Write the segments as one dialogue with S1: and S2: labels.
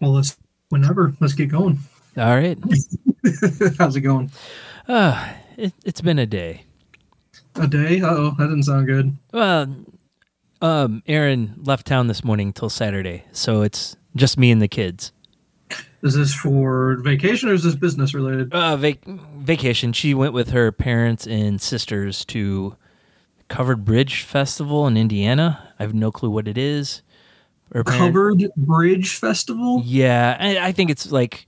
S1: Well, let's whenever let's get going.
S2: All right.
S1: How's it going?
S2: Uh, it, it's been a day.
S1: A day? Oh, that didn't sound good.
S2: Well, um, Aaron left town this morning till Saturday, so it's just me and the kids.
S1: Is this for vacation or is this business related?
S2: Uh, vac- vacation. She went with her parents and sisters to Covered Bridge Festival in Indiana. I have no clue what it is. Her parent-
S1: Covered Bridge Festival.
S2: Yeah, I, I think it's like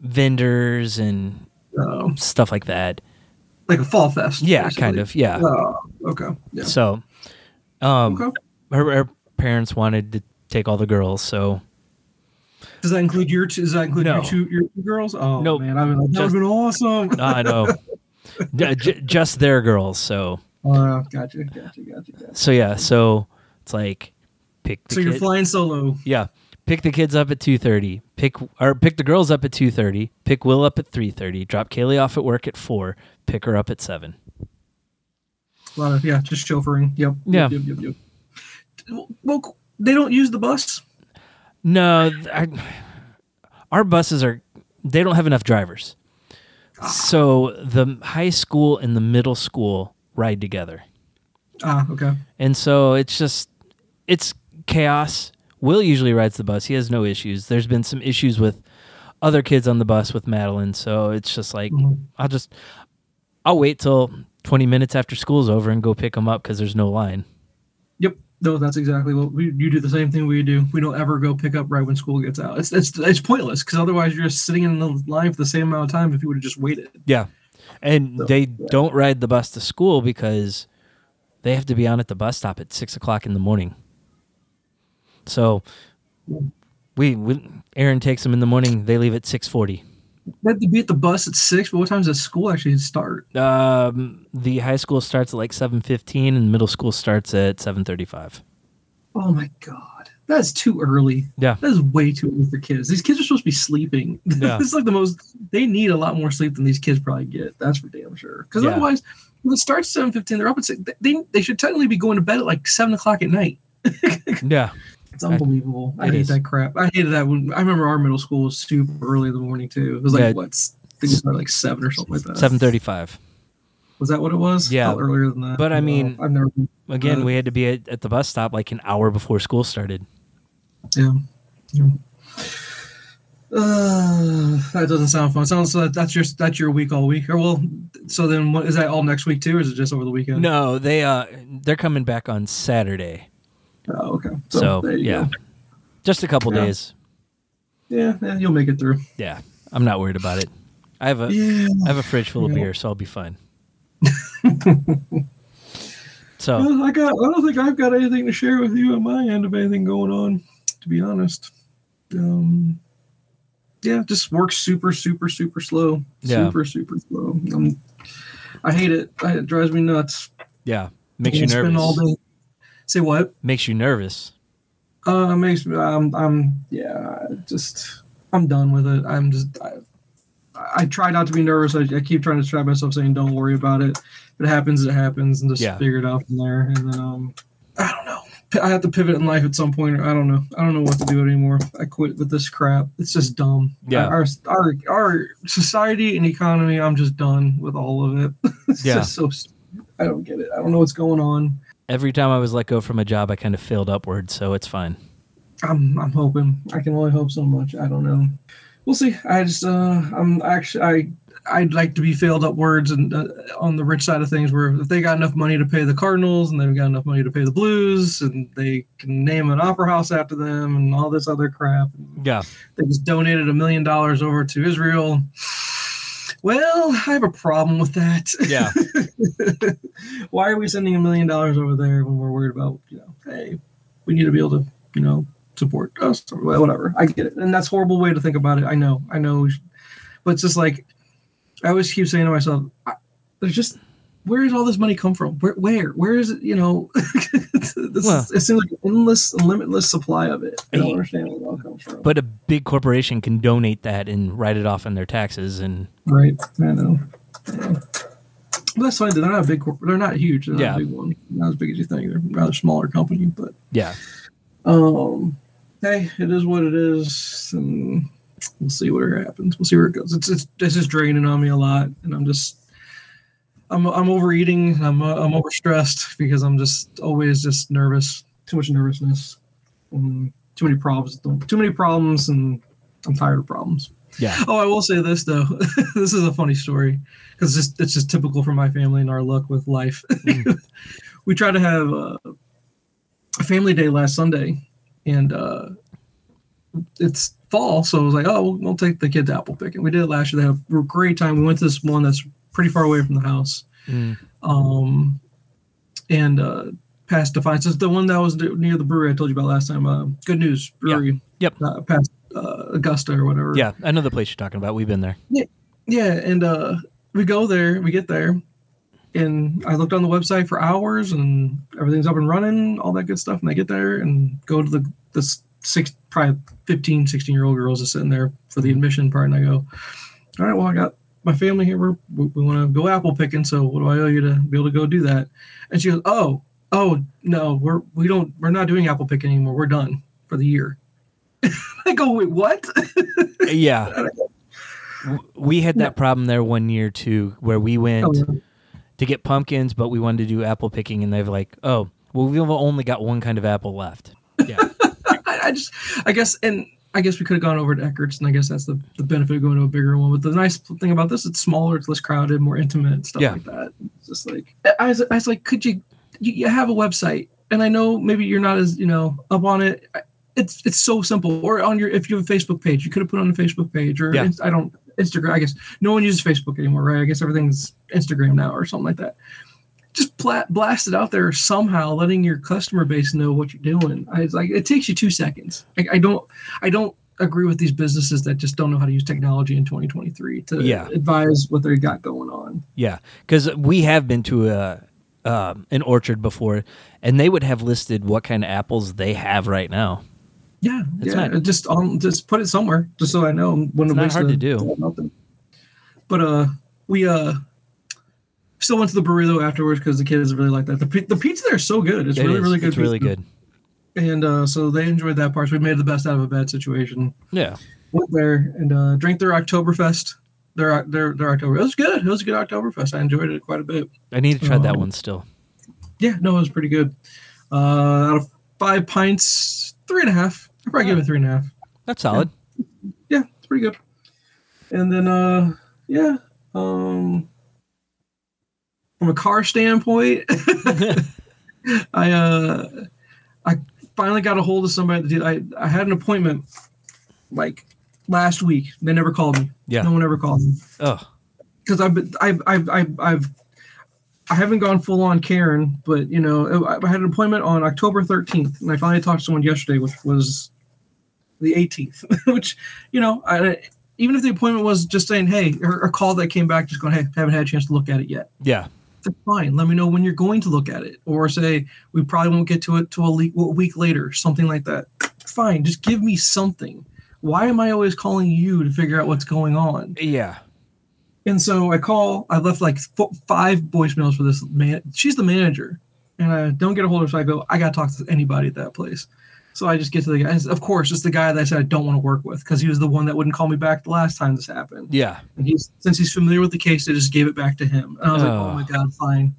S2: vendors and
S1: Oh,
S2: stuff like that.
S1: like a fall fest.
S2: Yeah, kind of. Yeah.
S1: Oh, okay. Yeah.
S2: So, um,
S1: Okay.
S2: her, her parents wanted to take all the girls, so
S1: Does that include your? Two, does that include
S2: No.
S1: your two your two girls? Oh
S2: Nope.
S1: man, I've been like, that
S2: Just-
S1: would been awesome.
S2: I know J- j- just their girls. So,
S1: Uh, gotcha, gotcha, gotcha, gotcha.
S2: so yeah, so it's like pick the
S1: So you're
S2: kid-
S1: flying solo.
S2: yeah, pick the kids up at two thirty, pick or pick the girls up at two thirty, pick Will up at three thirty, drop Kaylee off at work at four, pick her up at seven.
S1: A lot of yeah, just chauffeuring. Yep.
S2: Yeah.
S1: Yep, yep, yep, yep. Well, they don't use the bus.
S2: No, th- I, our buses are they don't have enough drivers.
S1: Ah.
S2: So the high school and the middle school ride together.
S1: Ah, okay.
S2: And so it's just it's chaos. Will usually rides the bus. He has no issues. There's been some issues with other kids on the bus with Madeline, so it's just like
S1: Mhm.
S2: I'll just I'll wait till 20 minutes after school's over and go pick him up cuz there's no line.
S1: Yep. No, that's exactly what we you do. The same thing we do. We don't ever go pick up right when school gets out. It's it's it's pointless because otherwise you're just sitting in the line for the same amount of time if you would have just waited.
S2: Yeah. And
S1: So,
S2: they don't ride the bus to school because they have to be on at the bus stop at six o'clock in the morning. So we, we Aaron takes them in the morning. They leave at six forty.
S1: They had to be at the bus at six. But what time does school actually start?
S2: Um, the high school starts at like seven fifteen, and middle school starts at seven thirty five.
S1: Oh my god, that's too early.
S2: Yeah,
S1: That is way too early for kids. These kids are supposed to be sleeping.
S2: Yeah.
S1: it's like the most. They need a lot more sleep than these kids probably get. That's for damn sure. Because
S2: Yeah.
S1: otherwise, when it starts seven fifteen, they're up at six. They they should technically be going to bed at like seven o'clock at night.
S2: yeah,
S1: It's unbelievable. I,
S2: It
S1: hate
S2: is.
S1: that crap. I hated that when I remember our middle school was super early in the morning too. It was like
S2: Yeah.
S1: what's things were like seven or something like that.
S2: seven thirty five.
S1: was that what it was?
S2: Yeah.
S1: Felt earlier than that.
S2: But I
S1: No,
S2: mean-
S1: I've never.
S2: Again,
S1: Uh,
S2: we had to be at, at the bus stop like an hour before school started.
S1: Yeah. Yeah. Uh, that doesn't sound fun. Sounds like that's your that's your week all week. Or well, so then what is that all next week too, or is it just over the weekend?
S2: No, they uh, they're coming back on Saturday.
S1: Oh, okay.
S2: So,
S1: there you
S2: yeah,
S1: go.
S2: just a couple
S1: Yeah.
S2: days.
S1: yeah, yeah, you'll make it through.
S2: Yeah, I'm not worried about it. I have a I
S1: Yeah.
S2: have a fridge full of
S1: Yeah.
S2: beer, so I'll be fine. so
S1: Well, I got. I don't think I've got anything to share with you on my end of anything going on. To be honest, um, yeah, just works super, super, super slow.
S2: Yeah.
S1: Super, super slow. Um, I hate it. I, it drives me nuts.
S2: yeah, makes
S1: I
S2: you
S1: can't spend all
S2: nervous.
S1: day- Say what?
S2: Makes you nervous.
S1: Uh, it makes me. I'm. I'm. Yeah. I Just. I'm done with it. I'm just. I, I try not to be nervous. I, I keep trying to trap myself saying, "Don't worry about it. If it happens, it happens, and just
S2: Yeah.
S1: figure it out from there." And then, um, I don't know. P- I have to pivot in life at some point, or I don't know. I don't know what to do anymore. I quit with this crap. It's just dumb.
S2: Yeah.
S1: Our our, our society and economy. I'm just done with all of it. it's
S2: Yeah.
S1: just so. st- I don't get it. I don't know what's going on.
S2: Every time I was let go from a job, I kind of failed upward, so it's fine.
S1: I'm I'm hoping. I can only hope so much. I don't know. We'll see. I just uh I'm actually I I'd like to be failed upwards and uh, on the rich side of things where if they got enough money to pay the Cardinals and they've got enough money to pay the Blues and they can name an opera house after them and all this other crap.
S2: Yeah,
S1: They just donated a million dollars over to Israel. Well, I have a problem with that.
S2: yeah,
S1: Why are we sending a million dollars over there when we're worried about, you know, hey, we need to be able to, you know, support us or wha- whatever. I get it. And that's a horrible way to think about it. I know. I know. we should- But it's just like, I always keep saying to myself, I, there's just, where does all this money come from? Where, where, where is it? You know, this
S2: Well-
S1: is, it seems like an endless, limitless supply of it. I
S2: Hey,
S1: don't understand where it all comes from.
S2: but a big corporation can donate that and write it off in their taxes, and
S1: Right. I know. Yeah. But that's fine. They're not a big corp. They're not huge. They're not
S2: Yeah.
S1: a big one. Not as big as you think. They're a rather smaller company, but
S2: yeah,
S1: um, hey, it is what it is, and we'll see where it happens. We'll see where it goes. It's, it's this is draining on me a lot, and I'm just I'm I'm overeating. I'm uh, I'm overstressed because I'm just always just nervous. Too much nervousness. Um, too many problems. Too many problems, and I'm tired of problems.
S2: Yeah.
S1: Oh, I will say this though. this is a funny story because it's, it's just typical for my family and our luck with life. we tried to have uh, a family day last Sunday, and uh, it's fall, so I was like, oh, we'll, we'll take the kids apple picking. We did it last year. They had a great time. We went to this one that's pretty far away from the house,
S2: Mm.
S1: um, and uh, past Defiance. It's the one that was near the brewery I told you about last time. Uh, Good News Brewery.
S2: Yep.
S1: Uh, past uh, Augusta or whatever.
S2: Yeah. I know the place you're talking about. We've been there.
S1: Yeah, and uh, we go there, we get there, and I looked on the website for hours, and everything's up and running, all that good stuff. And I get there and go to the this six, probably 15, 16 year old girls are sitting there for the admission part, and I go, all right, well, I got my family here. We're, we, we want to go apple picking, so what do I owe you to be able to go do that? And she goes, oh, oh no, we're we don't we're not doing apple picking anymore. We're done for the year. I go, wait, what?
S2: Yeah. W- We had that problem there one year too, where we went
S1: Oh, yeah.
S2: to get pumpkins, but we wanted to do apple picking, and they've like, oh, well, we've only got one kind of apple left. Yeah.
S1: I, I just, I guess, and I guess we could have gone over to Eckert's, and I guess that's the, the benefit of going to a bigger one. But the nice thing about this, it's smaller, it's less crowded, more intimate, and stuff
S2: Yeah.
S1: like that. It's just like I was, I was like, could you, you, you have a website, and I know maybe you're not as you know up on it. I- It's it's so simple. Or on your if you have a Facebook page, you could have put on a Facebook page, or
S2: Yeah.
S1: Inst- I don't Instagram. I guess no one uses Facebook anymore, right? I guess everything's Instagram now or something like that just pla- blast it out there somehow, letting your customer base know what you're doing. I, it's like it takes you two seconds. Like I don't, I don't agree with these businesses that just don't know how to use technology in 2023 to
S2: Yeah.
S1: advise what they got going on.
S2: Yeah, because we have been to a um, an orchard before, and they would have listed what kind of apples they have right now.
S1: Yeah,
S2: It's
S1: yeah.
S2: not-
S1: Just on, just put it somewhere, just so I know when
S2: It's not
S1: waste
S2: hard
S1: the-
S2: to do.
S1: nothing. But uh, we uh. Still went to the brewery though afterwards because the kids really like that. The, pi- the pizza there is so good. It's
S2: It
S1: really
S2: is.
S1: really good.
S2: It's really
S1: pizza.
S2: good.
S1: And uh, so they enjoyed that part. So we made the best out of a bad situation.
S2: Yeah,
S1: went there and uh, drank their Oktoberfest. Their their their October. It was good. It was a good Oktoberfest. I enjoyed it quite a bit.
S2: I need to try that
S1: Um,
S2: one still.
S1: Yeah, no, it was pretty good. Uh, out of five pints, three and a half. I probably give it three and a half.
S2: That's solid.
S1: Yeah, it's pretty good. And then uh, yeah. Um, from a car standpoint, I uh, I finally got a hold of somebody. That did, I I had an appointment like last week. They never called me.
S2: Yeah.
S1: no one ever called me.
S2: oh,
S1: because I've, been- I've I've I've I've I haven't gone full on Karen, but you know I I had an appointment on October 13th, and I finally talked to someone yesterday, which was the 18th. which you know, I, even if the appointment was just saying hey, or a call that came back just going hey, haven't had a chance to look at it yet.
S2: yeah,
S1: That's fine. Let me know when you're going to look at it, or say we probably won't get to it till a, le- a week later, something like that. Fine, just give me something. Why am I always calling you to figure out what's going on?
S2: yeah.
S1: And so I call. I left like f- five voicemails for this man. She's the manager, and I don't get a hold of her. So I go, I gotta talk to anybody at that place. So I just get to the guy. and Of course, it's the guy that I said I don't want to work with because he was the one that wouldn't call me back the last time this happened.
S2: Yeah.
S1: And he's since he's familiar with the case, they just gave it back to him. And I was like,
S2: Oh.
S1: oh my god, fine.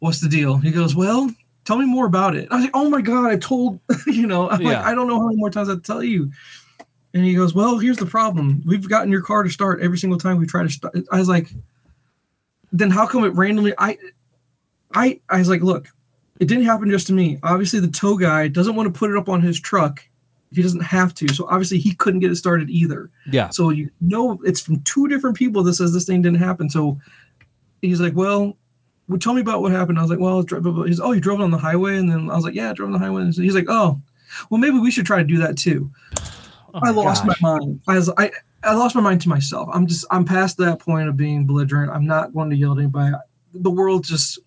S1: What's the deal? He goes, well, tell me more about it. I was like, oh my god, I told you know, I'm like,
S2: Yeah.
S1: I don't know how many more times I have to tell you. And he goes, well, here's the problem. We've gotten your car to start every single time we try to start. I was like, then how come it randomly? I, I, I was like, look, it didn't happen just to me. Obviously, the tow guy doesn't want to put it up on his truck if he doesn't have to. So obviously, he couldn't get it started either.
S2: Yeah.
S1: So you know it's from two different people that says this thing didn't happen. So he's like, well, well tell me about what happened. I was like, well, I was dri- blah, blah. he's oh, you drove it on the highway, and then I was like, yeah, I drove on the highway. And so he's like, oh, well, maybe we should try to do that too.
S2: Oh
S1: I lost
S2: gosh.
S1: my mind. I was I. I lost my mind to myself. I'm just I'm past that point of being belligerent. I'm not going to yell at anybody. The world just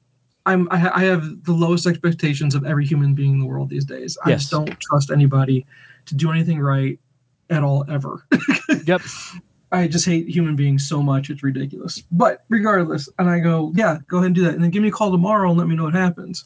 S1: I'm I, ha- I have the lowest expectations of every human being in the world these days. I
S2: Yes.
S1: just don't trust anybody to do anything right at all ever.
S2: Yep.
S1: I just hate human beings so much. It's ridiculous. But regardless, and I go, yeah, go ahead and do that. And then give me a call tomorrow and let me know what happens.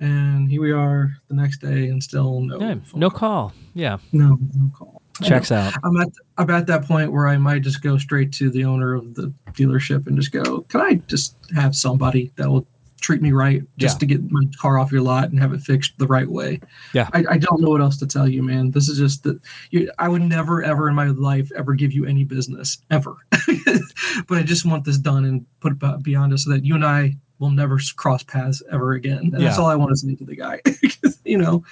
S1: And here we are the next day, and still no
S2: Yeah,
S1: phone
S2: no call. Yeah,
S1: No, no call.
S2: checks out.
S1: I'm at I'm at that point where I might just go straight to the owner of the dealership and just go, "Can I just have somebody that will treat me right, just
S2: Yeah.
S1: to get my car off your lot and have it fixed the right way?"
S2: Yeah.
S1: I, I don't know what else to tell you, man. This is just that you, I would never, ever in my life ever give you any business ever, but I just want this done and put it beyond us so that you and I will never s- cross paths ever again. And that's
S2: Yeah.
S1: all I want to say to the guy, you know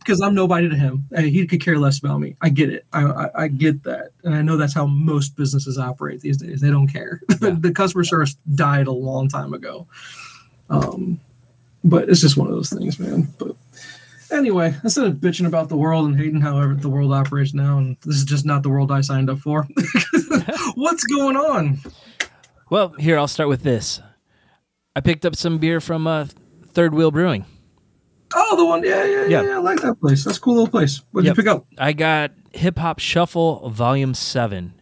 S1: because I'm nobody to him. Uh, He could care less about me. I get it. I, I, I get that, and I know that's how most businesses operate these days. They don't care.
S2: Yeah.
S1: the customer service died a long time ago. Um, but it's just one of those things, man. But anyway, instead of bitching about the world and hating how ever- the world operates now, and this is just not the world I signed up for. What's going on?
S2: Well, here I'll start with this. I picked up some beer from uh, Third Wheel Brewing.
S1: Oh, the one. Yeah, yeah, yeah.
S2: Yeah.
S1: yeah I like that place. That's a cool little place. What'd
S2: Yep.
S1: you pick up?
S2: I got Hip Hop Shuffle Volume Seven.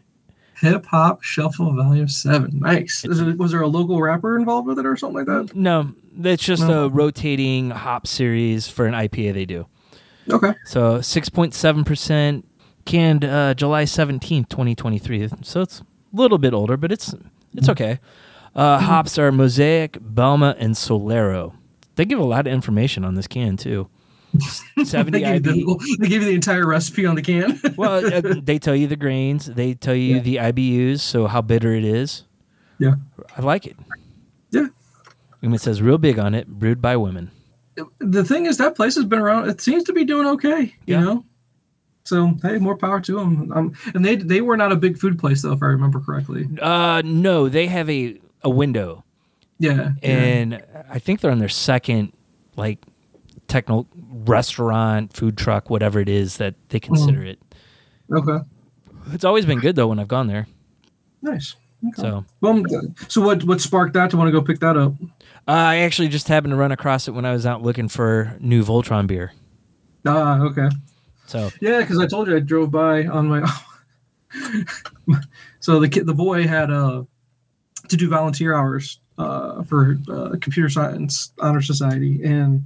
S1: Hip Hop Shuffle Volume 7. Nice. Is it, was there a local rapper involved with it or something like that?
S2: No, that's just
S1: No.
S2: a rotating hop series for an IPA they do.
S1: Okay.
S2: So 6.7% canned uh, July 17th, 2023. So it's a little bit older, but it's
S1: Mm-hmm.
S2: it's okay. Uh, hops are Mosaic, Belma, and Solero. They give a lot of information on this can, too. 70
S1: they, give you
S2: IBU.
S1: the, they give you the entire recipe on the can.
S2: Well, uh, they tell you the grains, they tell you
S1: Yeah.
S2: the IBUs, so how bitter it is.
S1: yeah.
S2: I like it.
S1: Yeah.
S2: And it says real big on it, brewed by women.
S1: The thing is, that place has been around. It seems to be doing okay, you
S2: Yeah.
S1: know? So, hey, more power to them. Um, and they they were not a big food place, though, if I remember correctly.
S2: Uh, no, they have a, a window.
S1: Yeah. yeah.
S2: and I think they're on their second like techno restaurant, food truck, whatever it is that they consider it.
S1: Okay.
S2: It's always been good though when I've gone there.
S1: Nice. Okay.
S2: So
S1: Well, I'm- so what, what sparked that to want to go pick that up?
S2: uh, I actually just happened to run across it when I was out looking for new Voltron beer.
S1: Ah, okay.
S2: So
S1: Yeah, because I told you I drove by on my. so the kid, the boy had uh, to do volunteer hours uh, for uh, computer science honor society, and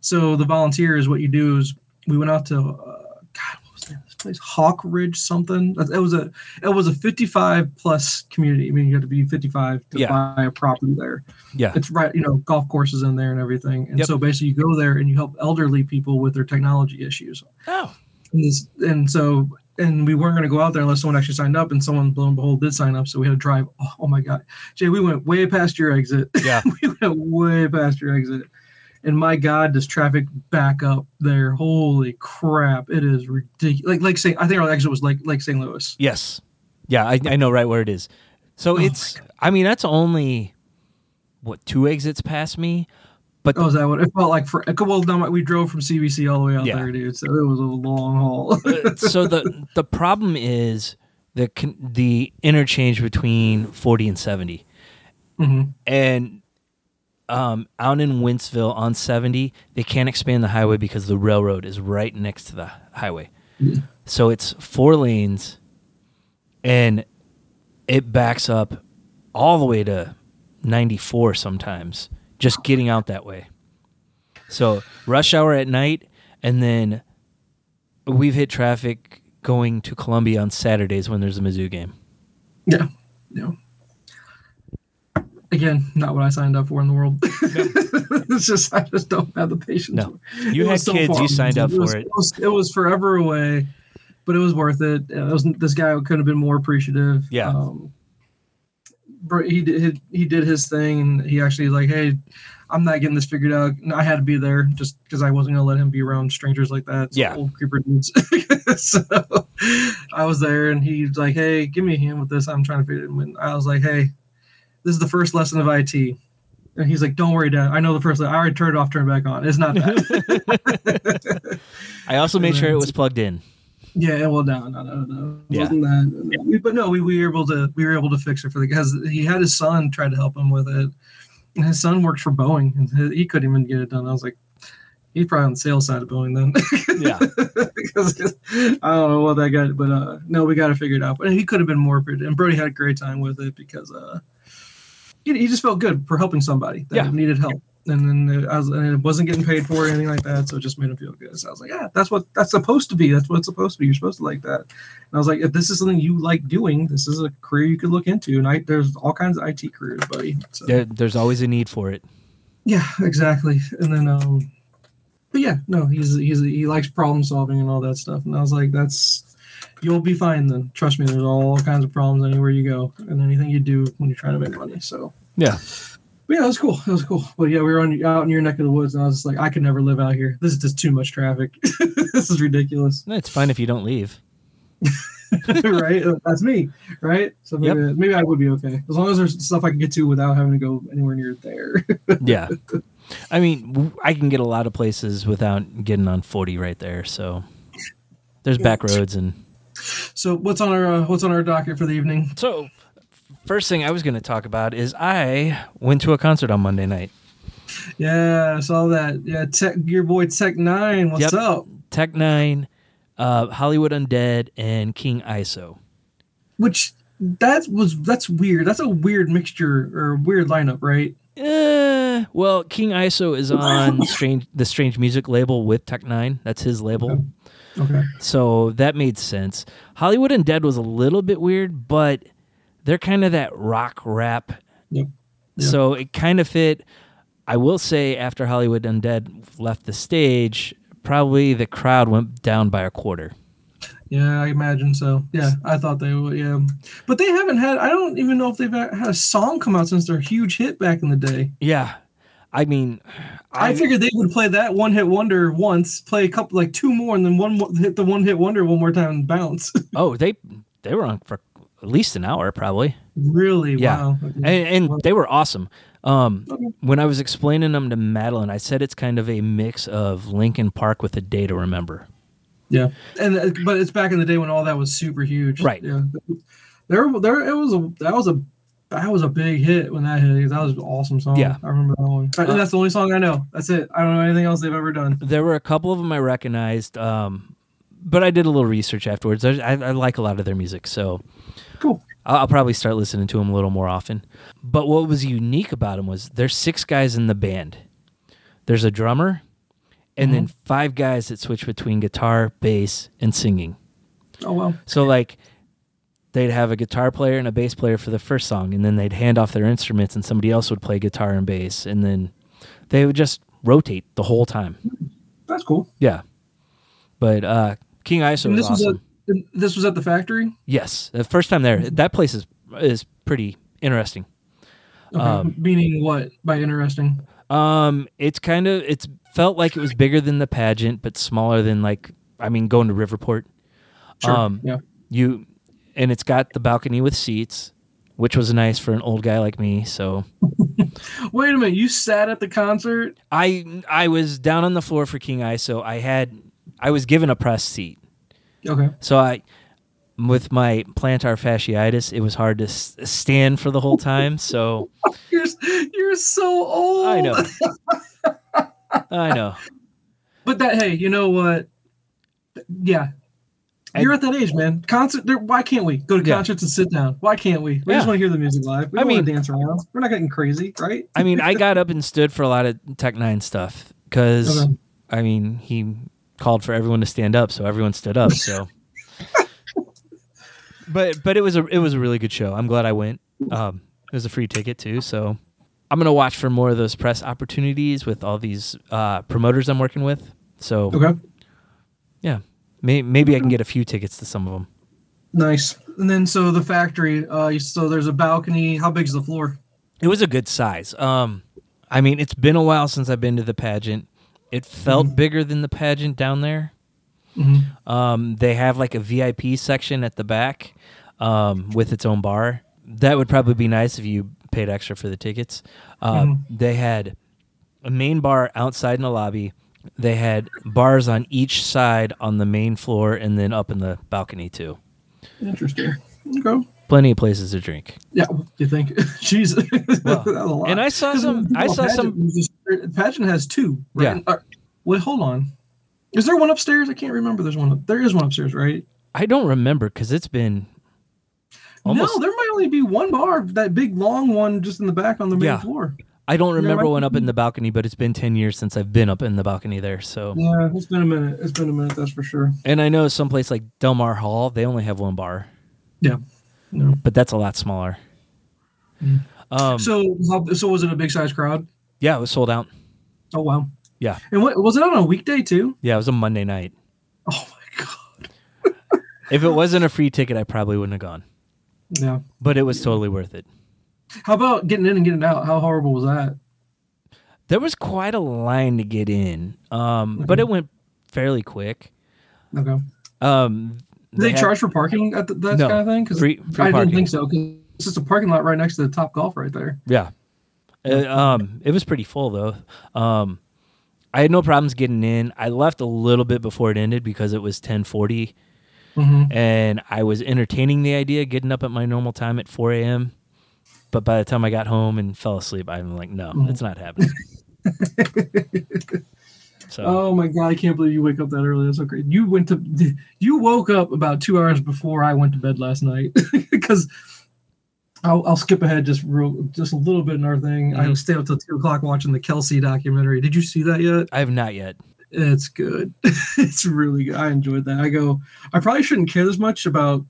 S1: so the volunteer is what you do is we went out to uh, God, what was the name of this place? Hawk Ridge something. That- It was a it was a fifty five plus community. I mean, you had to be fifty five to
S2: Yeah.
S1: buy a property there
S2: yeah,
S1: it's right you know golf courses in there and everything and
S2: Yep.
S1: so basically you go there and you help elderly people with their technology issues
S2: Oh.
S1: and, this, and so and we weren't going to go out there unless someone actually signed up and someone lo and behold did sign up so we had to drive oh, oh my god jay we went way past your exit
S2: Yeah.
S1: we went way past your exit and my god does traffic back up there holy crap it is ridiculous like like saying i think our exit was like like st louis
S2: yes, yeah, I, I know right where it is. So
S1: Oh my
S2: it's I mean that's only what two exits past me.
S1: Oh, is that what it felt like? For well, no, we drove from CBC all the way out
S2: Yeah.
S1: there, dude. So it was a long haul.
S2: Uh, so the the problem is the con- the interchange between forty and seventy.
S1: hmm
S2: and um, out in Wentzville on 70, they can't expand the highway because the railroad is right next to the highway.
S1: Yeah.
S2: So it's four lanes and it backs up all the way to 94 sometimes, just getting out that way. So rush hour at night, and then we've hit traffic going to Columbia on Saturdays when there's a Mizzou game.
S1: Yeah. Yeah. Again, not what I signed up for in the world. it's just I just don't have the patience.
S2: No.
S1: It
S2: You
S1: was
S2: had
S1: so
S2: kids,
S1: far.
S2: you signed up
S1: was-
S2: for it.
S1: was, it was forever away, but it was worth it. Uh, It was this guy could have been more appreciative.
S2: Yeah.
S1: Um, br- he did he did his thing, and he actually was like, "Hey, I'm not getting this figured out. And I had to be there just because I wasn't gonna let him be around strangers like that. It's
S2: Yeah.
S1: old creeper dudes. so I was there, and he's like, "Hey, give me a hand with this. I'm trying to figure it." out. And I was like, "Hey, this is the first lesson of IT." And he's like, "Don't worry, Dad. I know the first. I already turned it off, turned it back on. It's not that."
S2: I also made sure it was plugged in.
S1: Yeah, well, no, no, no, no. It
S2: Yeah.
S1: wasn't that. We- But no, we, we were able to we were able to fix it for the guys. He had his son try to help him with it, and his son worked for Boeing, and his- he couldn't even get it done. I was like, he's probably on the sales side of Boeing then.
S2: Yeah.
S1: 'Cause I don't know what that guy, but uh, no, we got to figure it out. But he could have been more, and Brody had a great time with it because uh, he, he just felt good for helping somebody that
S2: Yeah.
S1: needed help. and then it, I was, and it wasn't getting paid for or anything like that, so it just made him feel good. So I was like, yeah, that's what that's supposed to be. That's what it's supposed to be. You're supposed to like that. And I was like, if this is something you like doing, this is a career you could look into. And I, there's all kinds of IT careers, buddy. So,
S2: There, there's always a need for it.
S1: yeah, exactly. And then, um, but yeah, no, he's he's he likes problem solving and all that stuff. And I was like, that's you'll be fine then. Trust me, there's all kinds of problems anywhere you go and anything you do when you're trying to make money. So
S2: Yeah.
S1: but yeah, that was cool. That was cool. But yeah, we were on out in your neck of the woods, and I was just like, I could never live out here. This is just too much traffic. this is ridiculous,
S2: It's fine if you don't leave.
S1: right? That's me, right? So maybe maybe I would be okay as long as there's stuff I can get to without having to go anywhere near there.
S2: Yeah. I mean, w- I can get a lot of places without getting on 40 right there. So there's back roads and
S1: so what's on our uh, what's on our docket for the evening?
S2: So, first thing I was going to talk about is I went to a concert on Monday night.
S1: Yeah, I saw that. Yeah, Tech your boy Tech Nine. What's
S2: Yep.
S1: up?
S2: Tech Nine, uh, Hollywood Undead, and King ISO.
S1: Which that was that's weird. That's a weird mixture or weird lineup, right?
S2: Uh, well, King ISO is on strange the Strange Music label with Tech Nine. That's his label,
S1: Okay.
S2: so that made sense. Hollywood Undead was a little bit weird, but they're kind of that rock rap
S1: Yep. Yeah.
S2: So it kind of fit. I will say, after Hollywood Undead left the stage, probably the crowd went down by a quarter.
S1: Yeah, I imagine so. Yeah, I thought they would. Yeah, but they haven't had. I don't even know if they've had had a song come out since their huge hit back in the day.
S2: Yeah. I mean,
S1: I, figured they would play that one hit wonder once, play a couple like two more, and then one mo- hit the one hit wonder one more time and bounce.
S2: oh, they they were on for at least an hour, probably.
S1: really?
S2: Yeah.
S1: Wow.
S2: And, and they were awesome. Um,
S1: Mm-hmm. Okay.
S2: when I was explaining them to Madeline, I said it's kind of a mix of Lincoln Park with a day to remember.
S1: Yeah. And uh, but it's back in the day when all that was super huge.
S2: Right.
S1: Yeah. There, there. It was a. That was a. That was a big hit when that hit. That was an awesome song.
S2: Yeah. Uh,
S1: I remember that one. And that's the only song I know. That's it. I don't know anything else they've ever done.
S2: There were a couple of them I recognized, um, but I did a little research afterwards. I, I, I like a lot of their music, so
S1: Cool.
S2: I'll, I'll probably start listening to them a little more often. But what was unique about them was there's six guys in the band. There's a drummer, and then five guys that switch between guitar, bass, and singing.
S1: Oh well.
S2: So like, they'd have a guitar player and a bass player for the first song, and then they'd hand off their instruments, and somebody else would play guitar and bass, and then they would just rotate the whole time.
S1: That's cool.
S2: Yeah. But uh, King ISO
S1: And
S2: was
S1: this was
S2: awesome.
S1: at this was at the factory.
S2: yes, the first time there, that place is is pretty interesting.
S1: Okay. Meaning what by interesting?
S2: Um, it's kind of it's felt like it was bigger than the pageant, but smaller than like I mean going to Riverport.
S1: Sure.
S2: um,
S1: yeah.
S2: You and it's got the balcony with seats, which was nice for an old guy like me. So
S1: Wait a minute. You sat at the concert.
S2: I I was down on the floor for King Eye, so I had I was given a press seat.
S1: Okay.
S2: So I with my plantar fasciitis, it was hard to s- stand for the whole time. So
S1: You're you're so old.
S2: I know. I know.
S1: But that hey, you know what? Yeah.
S2: And-
S1: You're at that age, man. Concert. There, why can't we go to
S2: Yeah.
S1: concerts and sit down? Why can't we? We
S2: Yeah.
S1: just want to hear the music live. We
S2: I
S1: don't want to
S2: mean-
S1: dance around. We're not getting crazy, right?
S2: I mean, I got up and stood for a lot of Tech Nine stuff because
S1: Okay.
S2: I mean he called for everyone to stand up, so everyone stood up. So, but but it was a it was a really good show. I'm glad I went. Um, it was a free ticket too, so I'm gonna watch for more of those press opportunities with all these uh, promoters I'm working with. So
S1: Okay.
S2: yeah, may, maybe I can get a few tickets to some of them.
S1: Nice. And then so the factory. Uh, you- so there's a balcony. How big's the floor?
S2: It was a good size. Um, I mean, it's been a while since I've been to the pageant. It felt bigger than the pageant down there.
S1: Mm-hmm.
S2: Um, they have like a VIP section at the back um, with its own bar. That would probably be nice if you paid extra for the tickets. Uh, They had a main bar outside in the lobby. They had bars on each side on the main floor and then up in the balcony too.
S1: Interesting. Okay.
S2: Plenty of places to drink.
S1: Yeah, you think? Jeez, that was a lot.
S2: and I saw
S1: 'Cause
S2: some-
S1: the
S2: I saw
S1: pageant
S2: some-
S1: was Just, pageant has two. Right?
S2: Yeah.
S1: Uh, Wait, hold on. Is there one upstairs? I can't remember. There's one. Up, there is one upstairs, right?
S2: I don't remember because it's been almost
S1: No, there might only be one bar. That big long one just in the back on the main
S2: Yeah.
S1: floor.
S2: I don't remember
S1: I
S2: one up
S1: think-
S2: in the balcony, but it's been ten years since I've been up in the balcony there. So,
S1: Yeah, it's been a minute. It's been a minute, that's for sure.
S2: and I know someplace like Delmar Hall, they only have one bar,
S1: Yeah. No.
S2: but that's a lot smaller.
S1: Mm.
S2: Um,
S1: So, how- so was it a big size crowd?
S2: yeah, it was sold out.
S1: Oh wow.
S2: Yeah.
S1: And what was it on a weekday too?
S2: Yeah, it was a Monday night.
S1: Oh my god.
S2: If it wasn't a free ticket, I probably wouldn't have gone,
S1: Yeah.
S2: but it was totally worth it.
S1: How about getting in and getting out? How horrible was that?
S2: There was quite a line to get in, um,
S1: Mm-hmm.
S2: but it went fairly quick.
S1: Okay.
S2: Um,
S1: Do they,
S2: had
S1: charge for parking at the, that
S2: No.
S1: kind of thing? Because
S2: free, free
S1: I
S2: parking.
S1: didn't think so. Because it's just a parking lot right next to the Top Golf right there.
S2: Yeah. Uh, um, it was pretty full though. Um, I had no problems getting in. I left a little bit before it ended because it was 1040
S1: Mm-hmm.
S2: and I was entertaining the idea of getting up at my normal time at 4 a.m. But by the time I got home and fell asleep, I'm like, no, it's not happening. so
S1: Oh my god! I can't believe you wake up that early. That's so great. You went to you woke up about two hours before I went to bed last night because. I'll, I'll skip ahead just real, just a little bit in our thing. I
S2: Mhm.
S1: stayed up till two o'clock watching the Kelsey documentary. Did you see that yet?
S2: I have not yet.
S1: It's good. it's really good. I enjoyed that. I go. I probably shouldn't care as much about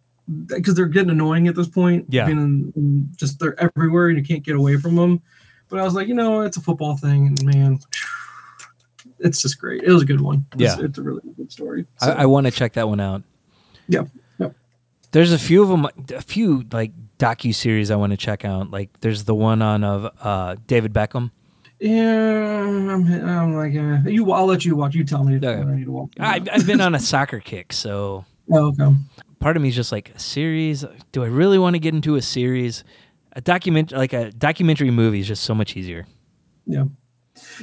S1: because they're getting annoying at this point.
S2: Yeah.
S1: Being in, in- just they're everywhere and you can't get away from them. But I was like, you know, it's a football thing, and man, it's just great. It was a good one. It's,
S2: Yeah.
S1: it's a really good story.
S2: I, I want to check that one out.
S1: Yeah, yeah.
S2: There's a few of them, a few like docu series I want to check out. Like there's the one on of uh, David Beckham.
S1: yeah, I'm, I'm like, eh. you. I'll let you watch. You tell me if
S2: Okay.
S1: I need to watch. it or
S2: I,
S1: not.
S2: I've been on a soccer kick, so
S1: Oh, okay.
S2: part of me is just like series. Do I really want to get into a series? A document like a documentary movie is just so much easier.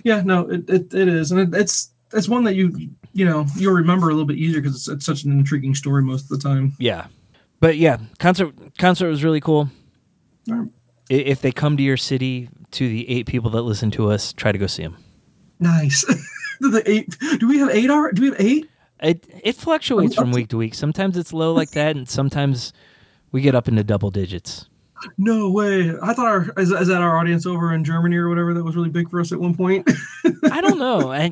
S1: Yeah, no, it, it, it is, and it, it's it's one that you you know you'll remember a little bit easier because it's, it's such an intriguing story most of the time.
S2: Yeah, but yeah, concert concert was really cool.
S1: Alright.
S2: I- If they come to your city, to the eight people that listen to us, try to go see them.
S1: Nice. the eight. Do we have eight? Hour, do we have eight?
S2: It it fluctuates from week to week. Sometimes it's low like that, and sometimes we get up into double digits.
S1: No way. I thought our is, is that our audience over in Germany or whatever that was really big for us at one point.
S2: I don't know. I,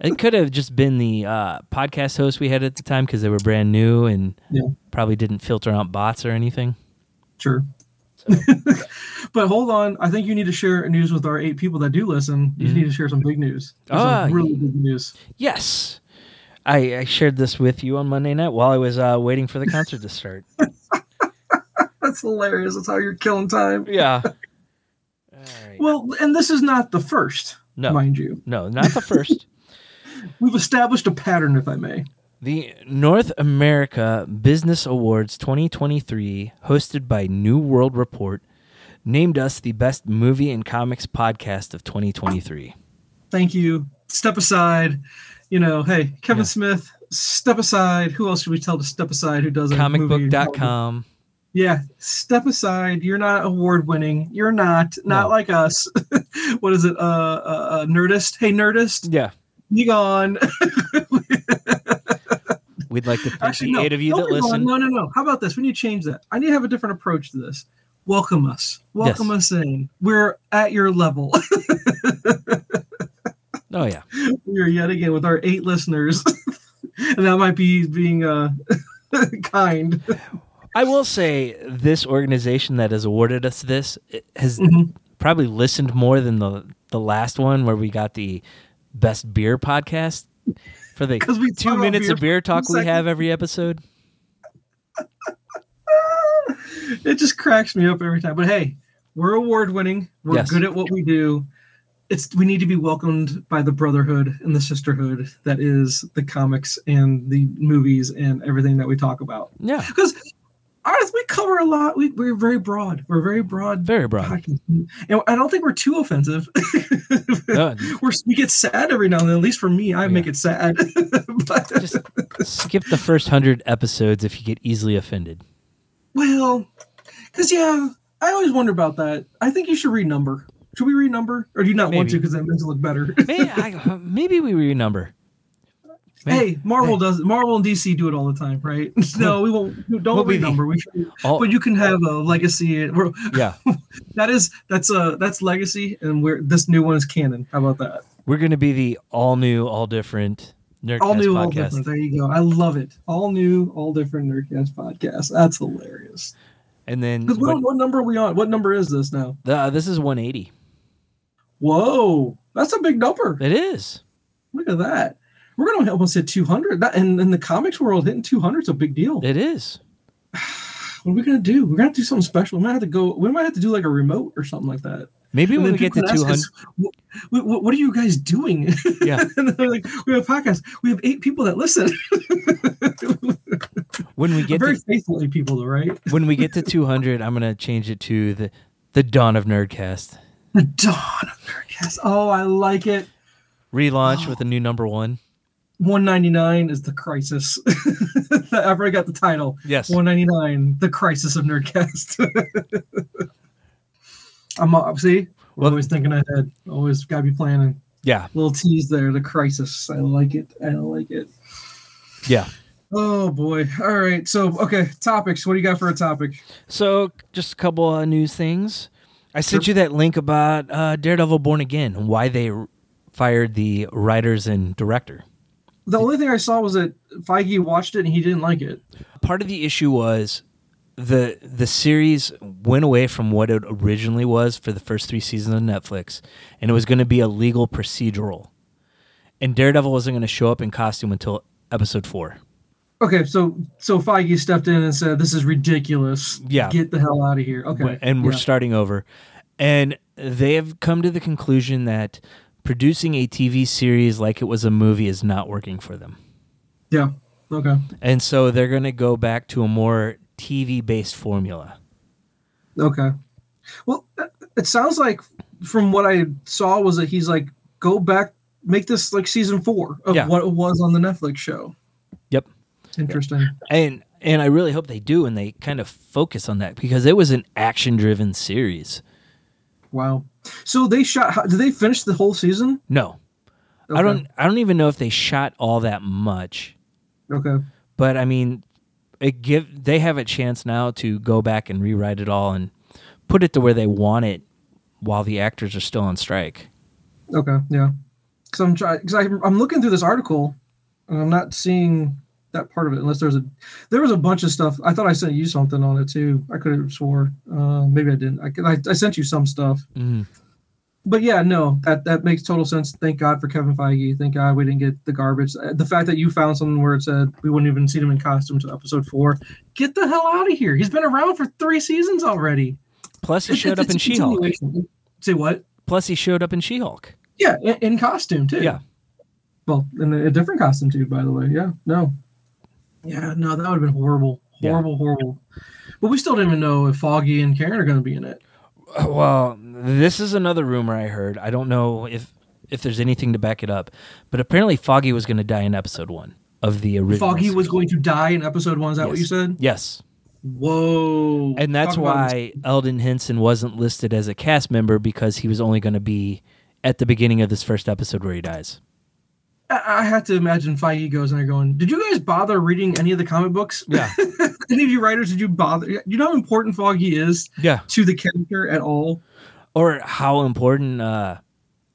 S2: it could have just been the uh, podcast host we had at the time because they were brand new and
S1: Yeah.
S2: probably didn't filter out bots or anything.
S1: sure.
S2: So,
S1: But hold on, I think you need to share news with our eight people that do listen. You
S2: Mhm.
S1: need to share some big news. There's some
S2: Ah,
S1: really big news.
S2: yes, I, I shared this with you on Monday night while I was uh, waiting for the concert to start.
S1: That's hilarious. That's how you're killing time.
S2: Yeah. All right.
S1: Well, and this is not the first,
S2: no,
S1: mind you.
S2: no, not the first.
S1: We've established a pattern, if I may.
S2: The North America Business Awards 2023, hosted by New World Report, named us the best movie and comics podcast of 2023.
S1: Thank you. Step aside. You know, hey, Kevin
S2: Yeah.
S1: Smith, step aside. Who else should we tell to step aside who doesn't?
S2: Comicbook.com.
S1: Yeah, step aside. You're not award winning. You're not, not
S2: No.
S1: like us. what is it? Uh, uh, uh, Nerdist. Hey, Nerdist,
S2: Yeah,
S1: be gone.
S2: we'd like to thank
S1: Actually,
S2: the
S1: no.
S2: eight of you
S1: Don't
S2: that
S1: be gone.
S2: listen.
S1: No, no, no. How about this? We need to change that. I need to have a different approach to this. Welcome us. Welcome us in. We're at your level.
S2: Oh yeah,
S1: we are yet again with our eight listeners, and that might be being uh, kind.
S2: I will say this organization that has awarded us this it has
S1: Mhm.
S2: probably listened more than the the last one where we got the best beer podcast for the
S1: 'Cause we
S2: two
S1: thought about
S2: minutes
S1: beer
S2: of beer talk we
S1: seconds.
S2: have every episode.
S1: It just cracks me up every time. But hey, we're award winning. We're
S2: Yes.
S1: good at what we do. It's we need to be welcomed by the brotherhood and the sisterhood that is the comics and the movies and everything that we talk about.
S2: Yeah,
S1: Because honestly, we cover a lot. We, we're very broad. We're very broad.
S2: very broad.
S1: podcast. And I don't think we're too offensive.
S2: No,
S1: we're, we get sad every now and then. At least for me, I make it sad. but
S2: just skip the first hundred episodes if you get easily offended.
S1: well, because yeah, I always wonder about that. I think you should renumber. Should we renumber, or do you not
S2: Maybe.
S1: want
S2: uh,
S1: to because that makes it look better?
S2: Maybe, I, maybe we renumber. Man,
S1: hey, Marvel
S2: hey.
S1: does Marvel and DC do it all the time, right? no, we won't. Don't
S2: We'll be the-
S1: renumber. We should,
S2: All,
S1: but you can have a legacy. We're,
S2: yeah,
S1: that is that's a that's legacy, and we're this new one is canon. How about that?
S2: we're gonna be the all new, all different nerdcast
S1: all new, all
S2: podcast.
S1: different. There you go. I love it. All new, all different Nerdcast podcast. That's hilarious.
S2: and then
S1: 'Cause what,
S2: when-
S1: what number are we on? What number is this now?
S2: uh, this is 180.
S1: Whoa, that's a big number.
S2: It is.
S1: Look at that. We're gonna almost hit 200. That and in the comics world, hitting 200 is a big deal.
S2: It is.
S1: What are we gonna do? We're gonna have to do something special. We might have to go. We might have to do like a remote or something like that.
S2: Maybe when we get to
S1: people
S2: 200,
S1: ask us, "Wh- wh- what, are you guys doing?
S2: Yeah.
S1: and they're like, we have a podcast. We have eight people that listen.
S2: when we get
S1: Very
S2: to,
S1: faithful eight people, though, right?
S2: when we get to 200, I'm gonna change it to the the dawn of nerdcast
S1: The dawn of Nerdcast. Oh, I like it.
S2: relaunch with a new number one.
S1: 199 is the crisis. I already got the title.
S2: Yes.
S1: 199, the crisis of Nerdcast. I'm up. See, we're
S2: Well-
S1: always thinking ahead. Always got to be planning.
S2: Yeah.
S1: Little tease there, the crisis. I like it. I like it.
S2: Yeah.
S1: Oh boy. All right. So okay, topics. What do you got for a topic?
S2: So just a couple of news things. I sent you that link about uh, Daredevil Born Again and why they r- fired the writers and director.
S1: The only thing I saw was that Feige watched it and he didn't like it.
S2: Part of the issue was the the series went away from what it originally was for the first three seasons of Netflix, and it was going to be a legal procedural. And Daredevil wasn't going to show up in costume until episode four.
S1: Okay, so so Feige stepped in and said, "This is ridiculous.
S2: Yeah.
S1: get the hell out of here." Okay,
S2: and we're
S1: Yeah.
S2: starting over. And they have come to the conclusion that producing a TV series like it was a movie is not working for them.
S1: yeah, okay,
S2: And so they're going to go back to a more TV based formula.
S1: okay. Well, uh, it sounds like from what I saw was that he's like, "Go back, make this like season four of
S2: Yeah.
S1: what it was on the Netflix show."
S2: Yep.
S1: Interesting.
S2: And and I really hope they do and they kind of focus on that because it was an action driven series.
S1: Wow. So they shot. How, did they finish the whole season?
S2: No. I
S1: Okay,
S2: don't I don't even know if they shot all that much.
S1: Okay.
S2: but I mean, it give they have a chance now to go back and rewrite it all and put it to where they want it while the actors are still on strike.
S1: Okay, yeah. Because I'm trying. Because I'm, I'm looking through this article, and I'm not seeing that part of it. Unless there's a, there was a bunch of stuff. I thought I sent you something on it too. I could have swore. Uh, maybe I didn't. I, could- I I sent you some stuff. But yeah, no, that that makes total sense. Thank God for Kevin Feige. Thank God we didn't get the garbage. Uh, The fact that you found something where it said we wouldn't even see him in costume to episode four. Get the hell out of here. He's been around for three seasons already.
S2: Plus, he
S1: It's-
S2: showed
S1: it's-
S2: up in
S1: it's a
S2: She Hulk.
S1: continuation. Say what?
S2: Plus, he showed up in She Hulk.
S1: Yeah, in, in costume too.
S2: Yeah.
S1: Well, in a, a different costume too, by the way. Yeah. No. Yeah. No, that would have been horrible.
S2: Yeah.
S1: Horrible. Horrible. But we still don't even know if Foggy and Karen are going to be in it.
S2: Well, this is another rumor I heard. I don't know if if there's anything to back it up, but apparently Foggy was going to die in episode one of the original.
S1: Foggy was
S2: series.
S1: going to die in episode one. Is that what
S2: Yes.
S1: you said?
S2: Yes.
S1: Whoa.
S2: And that's
S1: Talk about
S2: why Eldon Henson wasn't listed as a cast member because he was only going to be at the beginning of this first episode where he dies.
S1: I, I have to imagine Feige goes in there going, "Did you guys bother reading any of the comic books?
S2: Yeah.
S1: any of you writers? Did you bother? You know how important Foggy is
S2: Yeah.
S1: to the character at all?
S2: Or how important uh,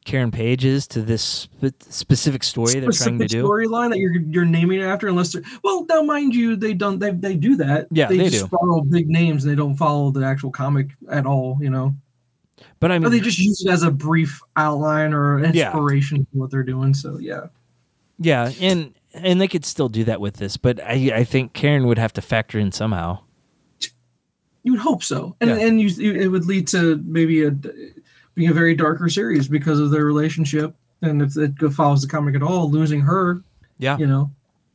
S2: Karen Page is to this spe- specific story they're trying to
S1: specific
S2: do.
S1: storyline that you're you're naming it after, unless they're well. Now, mind you, they don't they they do that.
S2: Yeah, they do.
S1: follow big names. and They don't follow the actual comic at all. You know,
S2: But I
S1: or
S2: mean,
S1: they just use it as a brief outline or
S2: Yeah.
S1: inspiration for what they're doing. So yeah,
S2: yeah, and and they could still do that with this, but I I think Karen would have to factor in somehow.
S1: you would hope so, and
S2: Yeah.
S1: and you, you it would lead to maybe a being a very darker series because of their relationship, and if it follows the comic at all, losing her,
S2: Yeah,
S1: you know,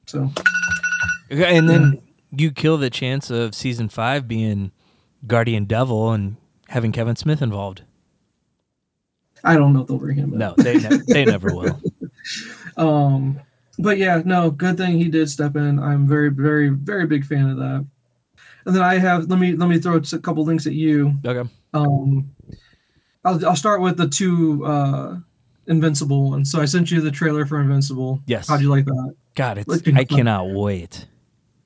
S1: so
S2: Okay, and then you kill the chance of season five being Guardian Devil and having Kevin Smith involved.
S1: I don't know if they'll bring him. in.
S2: No, they ne- they never will.
S1: Um, but yeah, no, good thing he did step in. I'm very, very, very big fan of that. And then I have let me let me throw a couple links at you.
S2: Okay.
S1: Um, I'll I'll start with the two uh, Invincible ones. So I sent you the trailer for Invincible.
S2: Yes.
S1: How'd you like that?
S2: God, it's
S1: Looking
S2: I
S1: fun.
S2: cannot wait.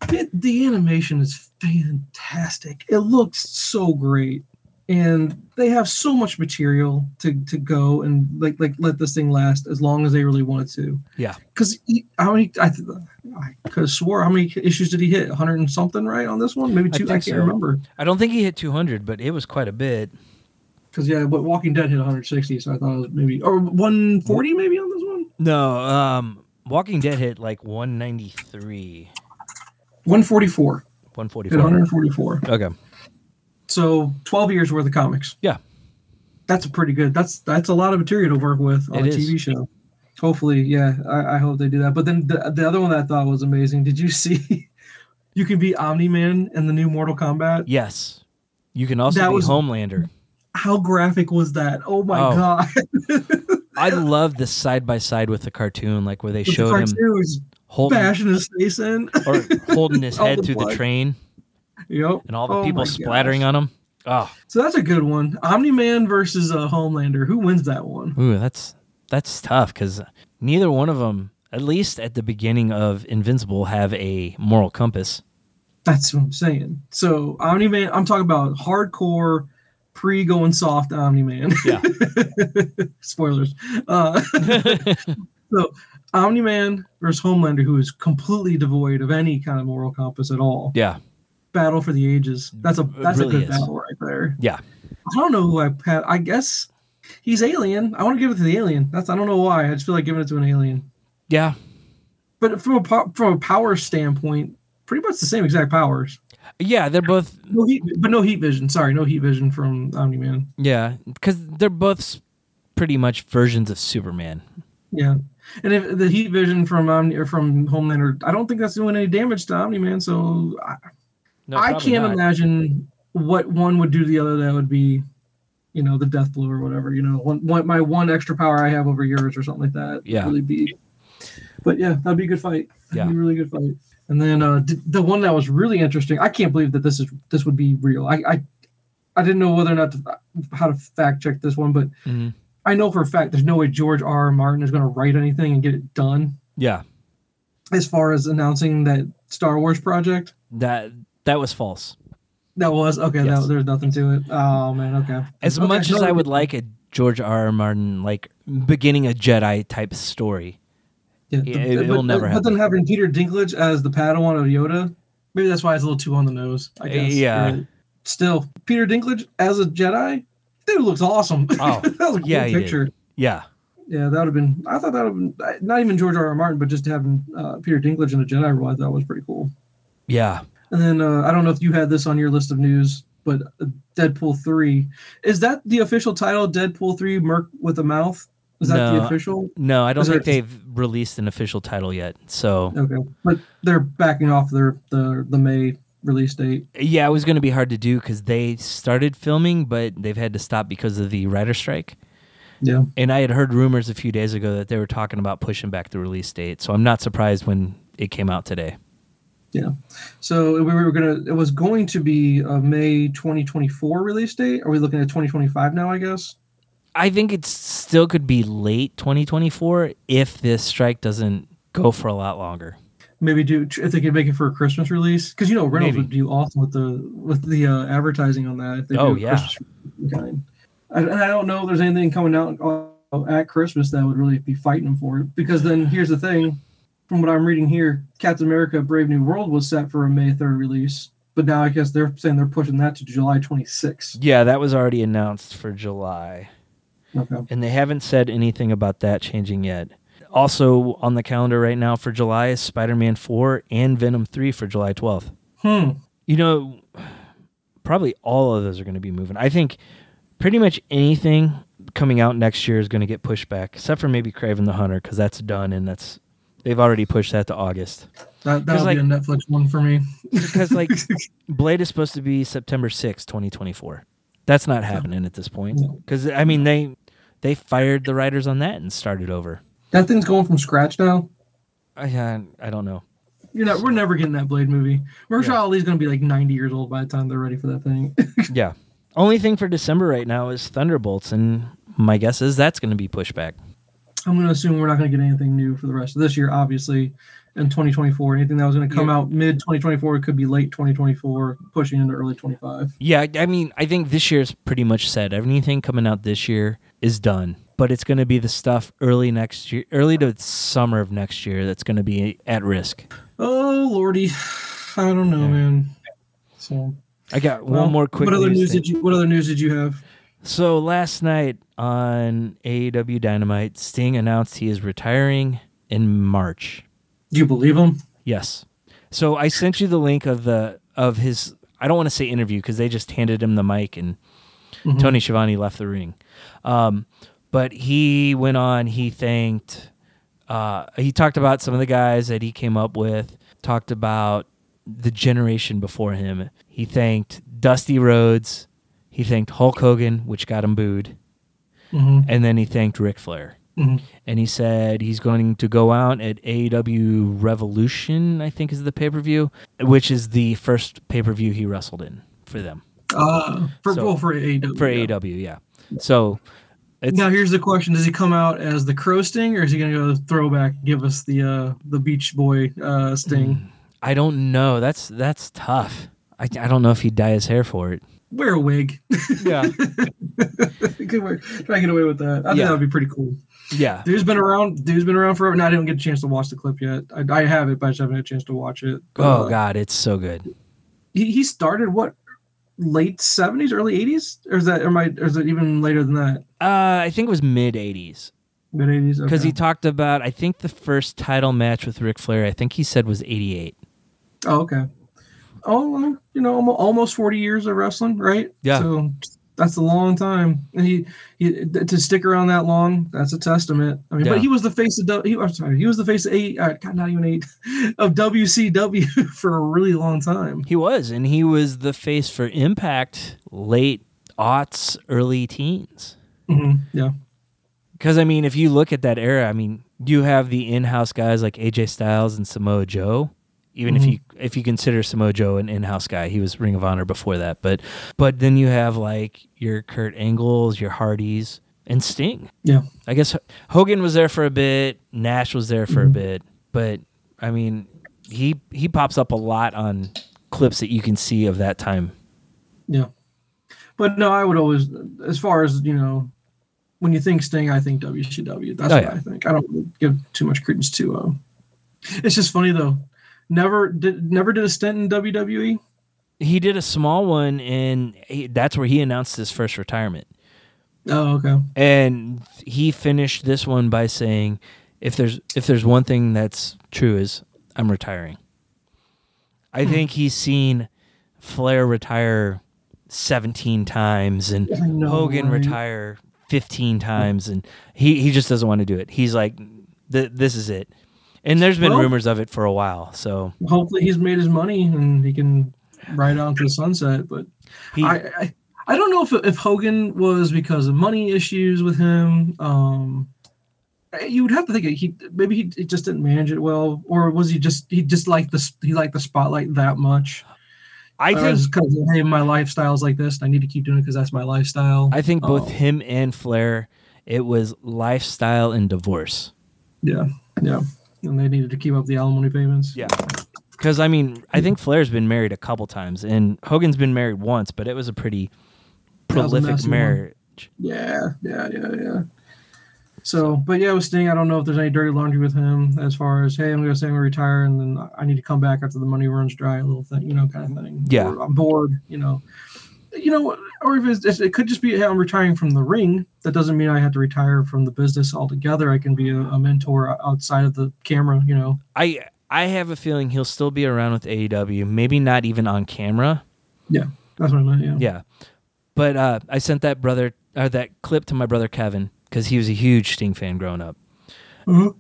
S1: It, the animation is fantastic. It looks so great, and they have so much material to to go and like like let this thing last as long as they really wanted to.
S2: Yeah.
S1: Because how many? I, th- I could have swore how many issues did he hit? Hundred and something, right? On this one, maybe
S2: I
S1: two. I,
S2: think so.
S1: can't remember.
S2: I don't think he hit 200, but it was quite a bit.
S1: Because yeah, but Walking Dead hit 160, so I thought it was maybe or 140 maybe on this one.
S2: No, um, Walking Dead hit like 193,
S1: 144. Hit
S2: 144.
S1: 144.
S2: Okay,
S1: So 12 years worth of comics.
S2: Yeah.
S1: That's a pretty good. That's that's a lot of material to work with on
S2: It
S1: a
S2: is.
S1: TV show. Hopefully, yeah, I, I hope they do that. But then the, the other one that I thought was amazing. Did you see? you can be Omni Man in the new Mortal Kombat.
S2: yes, you can also
S1: That
S2: be
S1: was-
S2: Homelander.
S1: How graphic was that? Oh my
S2: Oh.
S1: god!
S2: I love this side by side with the cartoon, like where they
S1: With
S2: showed
S1: the
S2: him
S1: cartoons,
S2: holding
S1: bashing his face in.
S2: or holding his
S1: All
S2: head
S1: the
S2: through the
S1: blood.
S2: train
S1: yep.
S2: and all the
S1: Oh my
S2: people
S1: gosh.
S2: splattering on him. Oh,
S1: So that's a good one. Omni Man versus uh, Homelander. Who wins that one?
S2: ooh, that's that's tough because neither one of them, at least at the beginning of Invincible, have a moral compass.
S1: That's what I'm saying. So Omni Man, I'm talking about hardcore, pre going soft Omni Man.
S2: Yeah.
S1: Spoilers. Uh, Omni Man versus Homelander, who is completely devoid of any kind of moral compass at all.
S2: yeah,
S1: Battle for the ages. That's a
S2: It
S1: that's
S2: really
S1: a
S2: is.
S1: good battle right there.
S2: Yeah.
S1: I don't know who I had. I guess he's alien. I want to give it to the alien. That's I don't know why. I just feel like giving it to an alien.
S2: yeah.
S1: But from a po- from a power standpoint, pretty much the same exact powers.
S2: Yeah, they're both
S1: No heat, but no heat vision. Sorry, no heat vision from Omni Man.
S2: yeah, because they're both s- pretty much versions of Superman.
S1: Yeah, and if the heat vision from Omni or from Homelander, I don't think that's doing any damage to Omni Man. So I,
S2: No,
S1: I
S2: probably
S1: can't
S2: not.
S1: imagine what one would do to the other. That would be, you know, the death blow or whatever. You know, one, one my one extra power I have over yours or something like that.
S2: Yeah.
S1: really be. But yeah, that'd be a good fight. That'd
S2: Yeah.
S1: be a really good fight. And then uh, d- the one that was really interesting. I can't believe that this is this would be real. I I, I didn't know whether or not to, how to fact check this one, but
S2: Mhm.
S1: I know for a fact there's no way George R. R. Martin is going to write anything and get it done
S2: Yeah,
S1: as far as announcing that Star Wars project.
S2: that that was false.
S1: That was okay.
S2: Yes.
S1: That, there's nothing to it. Oh man. Okay.
S2: As
S1: Okay,
S2: much as
S1: no,
S2: I would like a George R. R. Martin like beginning a Jedi type story,
S1: yeah,
S2: yeah, it- it'll
S1: but,
S2: never
S1: But then having Peter Dinklage as the Padawan of Yoda, maybe that's why it's a little too on the nose. I guess.
S2: Uh, Yeah.
S1: But Still, Peter Dinklage as a Jedi, dude looks awesome.
S2: Oh,
S1: that was a cool
S2: yeah, he did.
S1: picture.
S2: yeah,
S1: Yeah, that would have been. I thought that would have been not even George R. R. Martin, but just having uh, Peter Dinklage in a Jedi role. I thought was pretty cool.
S2: yeah,
S1: And then uh, I don't know if you had this on your list of news, but uh, Deadpool three is that the official title? Deadpool three, Merc with a mouth. Is that
S2: No.
S1: the official?
S2: no, I don't
S1: Is there-
S2: think they've released an official title yet. So
S1: Okay, but they're backing off their the the May release date.
S2: yeah, it was going to be hard to do because they started filming, but they've had to stop because of the writer strike.
S1: Yeah,
S2: And I had heard rumors a few days ago that they were talking about pushing back the release date. So I'm not surprised when it came out today.
S1: so we were gonna. It was going to be a May 2024 release date. Are we looking at 2025 now? I guess.
S2: I think it still could be late 2024 if this strike doesn't go for a lot longer.
S1: Maybe do if they could make it for a Christmas release because you know Reynolds
S2: Maybe.
S1: would do awesome with the with the uh, advertising on that. If they
S2: Oh,
S1: do a
S2: yeah.
S1: Christmas kind. I, and I don't know if there's anything coming out uh, at Christmas that would really be fighting them for it. Because then here's the thing, from what I'm reading here, Captain America: Brave New World was set for a May 3rd release, but now I guess they're saying they're pushing that to July 26th.
S2: Yeah, that was already announced for July.
S1: Okay.
S2: And they haven't said anything about that changing yet. Also on the calendar right now for July is Spider Man 4 and Venom 3 for July 12th.
S1: Hmm.
S2: You know, probably all of those are going to be moving. I think pretty much anything coming out next year is going to get pushed back, except for maybe Craven the Hunter, because that's done and that's. They've already pushed that to August.
S1: That that'll
S2: like-
S1: be a Netflix one for me.
S2: Because, like, Blade is supposed to be September sixth, 2024. That's not happening at this point.
S1: No.
S2: Because, I mean, they they fired the writers on that and started over.
S1: That thing's going from scratch now.
S2: I, I, I don't know.
S1: You're not. We're never getting that Blade movie. Mahershala
S2: Yeah.
S1: Ali's going to be like 90 years old by the time they're ready for that thing.
S2: yeah. Only thing for December right now is Thunderbolts, and my guess is that's going to be pushed back.
S1: I'm going to assume we're not going to get anything new for the rest of this year, obviously, and 2024. Anything that was going to come
S2: Yeah.
S1: out mid 2024 it could be late 2024, pushing into early 25.
S2: Yeah, I- I mean, I think this year's pretty much said. Anything coming out this year is done, but it's going to be the stuff early next year, early to summer of next year that's going to be at risk.
S1: Oh lordy, I don't know,
S2: Yeah.
S1: man. So
S2: I got
S1: well,
S2: one more quick.
S1: What other news,
S2: thing.
S1: did you? What other news did you have?
S2: So last night on AEW Dynamite, Sting announced he is retiring in March.
S1: Do you believe him?
S2: Yes. So I sent you the link of the of his. I don't want to say interview because they just handed him the mic and
S1: Mhm.
S2: Tony Schiavone left the ring. Um, but he went on. He thanked. Uh, he talked about some of the guys that he came up with. Talked about the generation before him. He thanked Dusty Rhodes. He thanked Hulk Hogan, which got him booed,
S1: Mm-hmm.
S2: and then he thanked Ric Flair and he said he's going to go out at AEW Revolution, I think is the pay per view, which is the first pay per view he wrestled in for them
S1: Uh, for
S2: So-
S1: well, for AEW.
S2: for E
S1: yeah.
S2: AEW. Yeah, so it's
S1: now here's the question: Does he come out as the crow sting, or is he going to go throwback, give us the uh, the Beach Boy uh, sting?
S2: I don't know. That's that's tough. I, I don't know if he'd dye his hair for it.
S1: Wear a wig.
S2: Yeah,
S1: Could work. Try to get away with that. I think
S2: Yeah.
S1: that would be pretty cool.
S2: yeah.
S1: Dude's been around. Dude's been around forever. Now I didn't get a chance to watch the clip yet. I, I have it, but I just haven't had a chance to watch it. But,
S2: Oh
S1: uh,
S2: God, it's so good.
S1: he, he started what late seventies, early eighties, or is that or, am I, or is it even later than that?
S2: Uh, I think it was mid '80s
S1: Mid eighties.
S2: because he talked about. I think the first title match with Ric Flair. I think he said was '88.
S1: oh okay. Oh, well, you know, almo- almost forty years of wrestling, right?
S2: Yeah.
S1: So that's a long time, and he, he to stick around that long, that's a testament. I mean,
S2: Yeah.
S1: but he was the face of W- he, I'm sorry, he was the face of eight, uh, God, not even eight, of WCW for a really long time.
S2: He was, and he was the face for Impact late aughts, early teens. Mm-hmm.
S1: hmm Yeah.
S2: Because I mean, if you look at that era, I mean, you have the in-house guys like AJ Styles and Samoa Joe. Even if
S1: Mhm.
S2: you if you consider Samoa Joe an in-house guy, he was Ring of Honor before that. But but then you have like your Kurt Angles, your Hardys, and Sting.
S1: Yeah.
S2: I guess H- Hogan was there for a bit, Nash was there for a bit, but I mean, he he pops up a lot on clips that you can see of that time.
S1: Yeah. But no, I would always, as far as, you know, when you think Sting, I think WCW. That's
S2: Oh,
S1: what
S2: yeah.
S1: I think. I don't really give too much credence to. Uh, it's just funny though. Never did never did a stint in E. WWE.
S2: He did a small one, and he, that's where he announced his first retirement.
S1: Oh, okay.
S2: And he finished this one by saying, "If there's if there's one thing that's true is I'm retiring." I
S1: Hmm.
S2: think he's seen Flair retire 17 times and
S1: No
S2: Hogan
S1: way.
S2: retire 15 times and he he just doesn't want to do it. He's like "Th- this is it. And there's been
S1: Well-
S2: rumors of it for a while. So
S1: Hopefully he's made his money and he can ride on to the sunset. But
S2: he
S1: I, I I don't know if if Hogan was because of money issues with him. Um, you would have to think he maybe he, he just didn't manage it well, or was he just he just liked the s- he liked the spotlight that much?
S2: I think
S1: because hey, my lifestyle's like this, and I need to keep doing it because that's my lifestyle.
S2: I think both
S1: Oh.
S2: him and Flair it was lifestyle and divorce.
S1: yeah, yeah, and they needed to keep up the alimony payments.
S2: Yeah. Cuz I mean, I think Flair's been married a couple times and Hogan's been married once, but it was a pretty
S1: That was a
S2: prolific
S1: messy one.
S2: marriage.
S1: Yeah, yeah, yeah, yeah. So, but yeah, with Sting, I don't know if there's any dirty laundry with him as far as hey, I'm going to say I'm going to retire, and then I need to come back after the money runs dry, a little thing, you know, kind of thing.
S2: Yeah.
S1: Or I'm bored, you know, you know, or if it's, it's- it could just be hey, I'm retiring from the ring. That doesn't mean I have to retire from the business altogether. I can be a, a mentor outside of the camera, you know.
S2: I I have a feeling he'll still be around with AEW, maybe not even on camera.
S1: That's what I meant. Yeah.
S2: Yeah. But uh, I sent that brother or that clip to my brother Kevin because he was a huge Sting fan growing up.
S1: Uh-huh.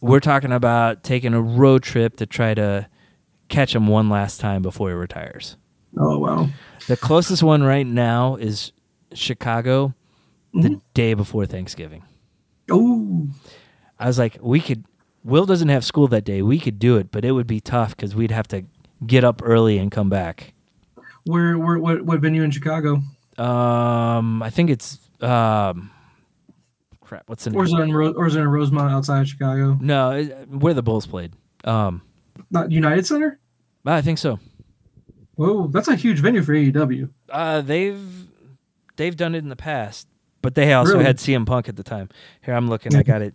S2: We're talking about taking a road trip to try to catch him one last time before he retires.
S1: Oh wow.
S2: The closest one right now is Chicago the
S1: Mhm.
S2: day before Thanksgiving.
S1: Oh.
S2: I was like, we could. Will doesn't have school that day. We could do it, but it would be tough because we'd have to get up early and come back.
S1: Where, where, what, what venue in Chicago?
S2: Um, I think it's um, crap. What's the name?
S1: Or is it in Ro- or is it in Rosemont outside of Chicago?
S2: No, it- where the Bulls played. Um,
S1: Not United Center.
S2: I think so.
S1: Whoa, that's a E huge venue for AEW.
S2: Uh, they've they've done it in the past, but they also
S1: Really?
S2: had CM Punk at the time. Here I'm looking. I got it.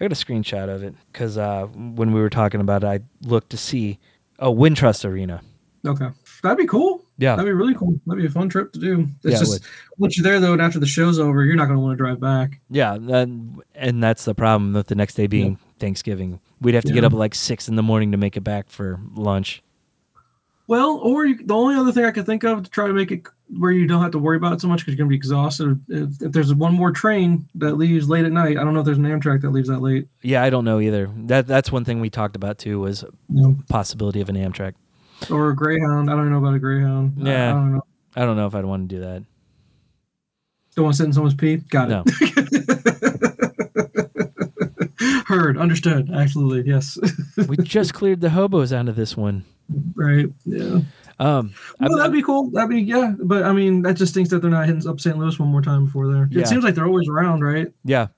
S2: I got a screenshot of it because uh, when we were talking about it, I looked to see oh Wintrust Arena.
S1: Okay, that'd be cool.
S2: Yeah,
S1: That'd be really cool. That'd be a fun trip to do. It's
S2: Yeah, it
S1: just
S2: would.
S1: once you're there though, and after the show's over, you're not gonna want to drive back.
S2: yeah, and, and that's the problem with the next day being Thanksgiving. We'd have to get
S1: Yeah.
S2: up at like six in the morning to make it back for lunch.
S1: Well, or you, the only other thing I could think of to try to make it where you don't have to worry about it so much because you're gonna be exhausted. If, if there's one more train that leaves late at night, I don't know if there's an Amtrak that leaves that late.
S2: Yeah, I don't know either. That that's one thing we talked about too was
S1: No.
S2: possibility of an Amtrak.
S1: Or a Greyhound. I don't know about a Greyhound. I- I,
S2: Yeah.
S1: don't know.
S2: I don't know if I'd want to do that.
S1: Don't want to sit in someone's pee. Got
S2: No.
S1: it. Heard. Understood. Absolutely. Yes.
S2: we just cleared the hobos out of this one.
S1: right. Yeah.
S2: Um, I'm-
S1: Well, that'd be cool. That'd be yeah. But I mean, that just stinks that they're not hitting up St. Louis one more time before there.
S2: Yeah.
S1: It seems like they're always around, right?
S2: Yeah.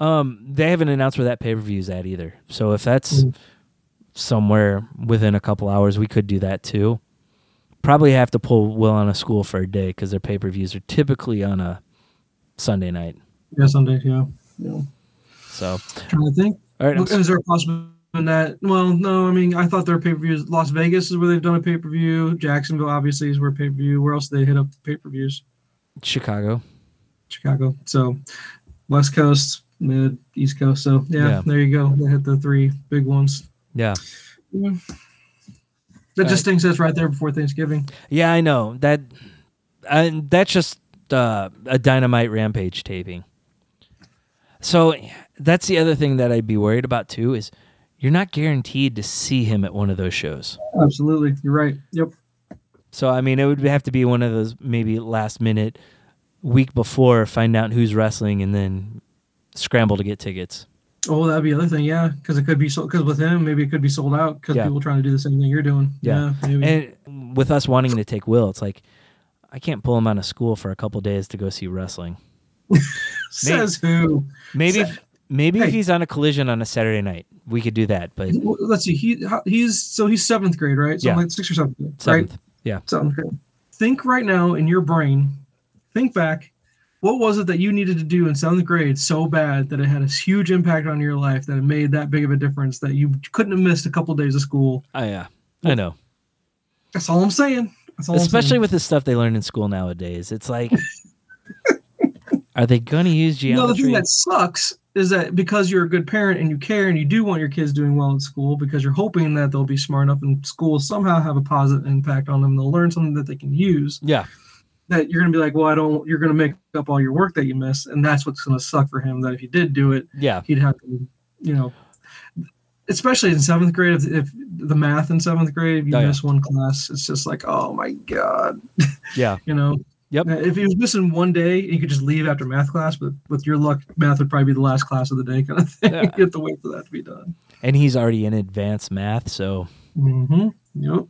S2: Um, they haven't announced where that pay per view is at either. So if that's
S1: Mm.
S2: somewhere within a couple hours, we could do that too. Probably have to pull Will on a school for a day because their pay per views are typically on a Sunday night.
S1: Yeah, someday. Yeah. Yeah.
S2: So,
S1: Trying to think.
S2: all right. I'm s-
S1: Is there a possibility in that? Well, no. I mean, I thought their pay per views. Las Vegas is where they've done a pay per view. Jacksonville obviously is where pay per view. Where else do they hit up pay per views?
S2: Chicago.
S1: Chicago. So, West Coast, Mid, East Coast. So yeah,
S2: Yeah.
S1: there you go. They hit the three big ones.
S2: Yeah.
S1: Yeah. That
S2: All right.
S1: just stinks. That's right there before Thanksgiving.
S2: Yeah, I know. That I, That's just uh, a dynamite rampage taping. So that's the other thing that I'd be worried about too is you're not guaranteed to see him at one of those shows.
S1: Absolutely, you're right. Yep.
S2: So I mean, it would have to be one of those maybe last minute week before find out who's wrestling and then scramble to get tickets.
S1: Oh, that'd be the other thing, yeah, because it could be sold. Because with him, maybe it could be sold out because
S2: Yeah.
S1: people trying to do the same thing you're doing.
S2: Yeah.
S1: Yeah, maybe.
S2: And with us wanting to take Will, it's like I can't pull him out of school for a couple days to go see wrestling.
S1: Says who?
S2: Maybe if, maybe if
S1: Hey.
S2: he's on a collision on a Saturday night, we could do that. But
S1: Well, Let's see. He how- he's so he's seventh grade, right? So
S2: Yeah.
S1: like sixth or seventh grade,
S2: seventh,
S1: right? Seventh grade. Think right now in your brain. Think back. What was it that you needed to do in seventh grade so bad that it had a huge impact on your life that it made that big of a difference that you couldn't have missed a couple days of school?
S2: I Oh, yeah, I know.
S1: That's all I'm saying. That's all
S2: Especially
S1: I'm saying.
S2: with the stuff they learn in school nowadays, it's like, are they gonna use
S1: No, the
S2: geometry?
S1: thing that sucks is that because you're a good parent and you care and you do want your kids doing well in school because you're hoping that they'll be smart enough in school somehow have a positive impact on them they'll learn something that they can use
S2: yeah,
S1: that you're going to be like well i don't you're going to make up all your work that you missed and that's what's going to suck for him that if he did do it
S2: yeah,
S1: he'd have to you know especially in seventh grade if, if the math in seventh grade if you
S2: Oh, yeah.
S1: miss one class it's just like oh my god
S2: yeah.
S1: you know.
S2: Yep.
S1: Uh, If he was missing one day, you could just leave after math class. But with your luck, math would probably be the last class of the day, kind of thing.
S2: Yeah.
S1: you have to wait for that to be done.
S2: and he's already in advanced math so
S1: Mm-hmm. Yep.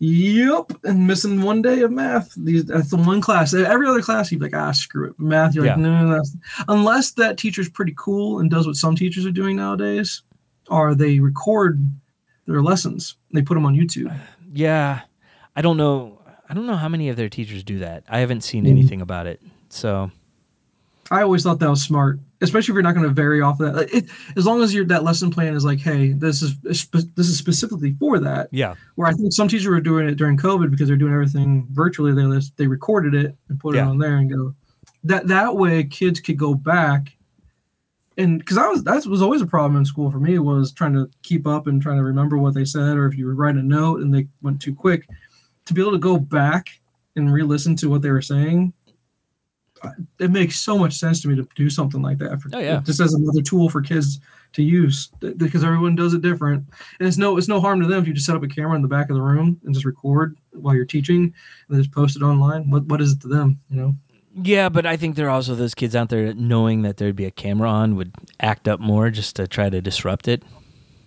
S1: Yep. And missing one day of math. These that's the one class. Every other class, you'd be like, ah, screw it. Math, you're like,
S2: Yeah.
S1: no, no, no, that's unless that teacher's pretty cool and does what some teachers are doing nowadays, are they record their lessons. They put them on YouTube.
S2: yeah i don't know i don't know how many of their teachers do that i haven't seen
S1: Mhm.
S2: anything about it so
S1: I always thought that was smart, especially if you're not going to vary off of that. Like, It, as long as your that lesson plan is like, hey, this is spe- this is specifically for that.
S2: yeah
S1: Where I think some teachers were doing it during COVID because they're doing everything virtually. They just- they recorded it and put
S2: Yeah.
S1: it on there and go. That that way kids could go back, and because I was that was always a problem in school for me was trying to keep up and trying to remember what they said, or if you were writing a note and they went too quick, to be able to go back and re-listen to what they were saying it makes so much sense to me to do something like that. For,
S2: Oh, yeah.
S1: Just as another tool for kids to use th- because everyone does it different, and it's no it's no harm to them if you just set up a camera in the back of the room and just record while you're teaching and then just post it online. What what is it to them? You know.
S2: yeah but i think there are also those kids out there that knowing that there'd be a camera on would act up more just to try to disrupt it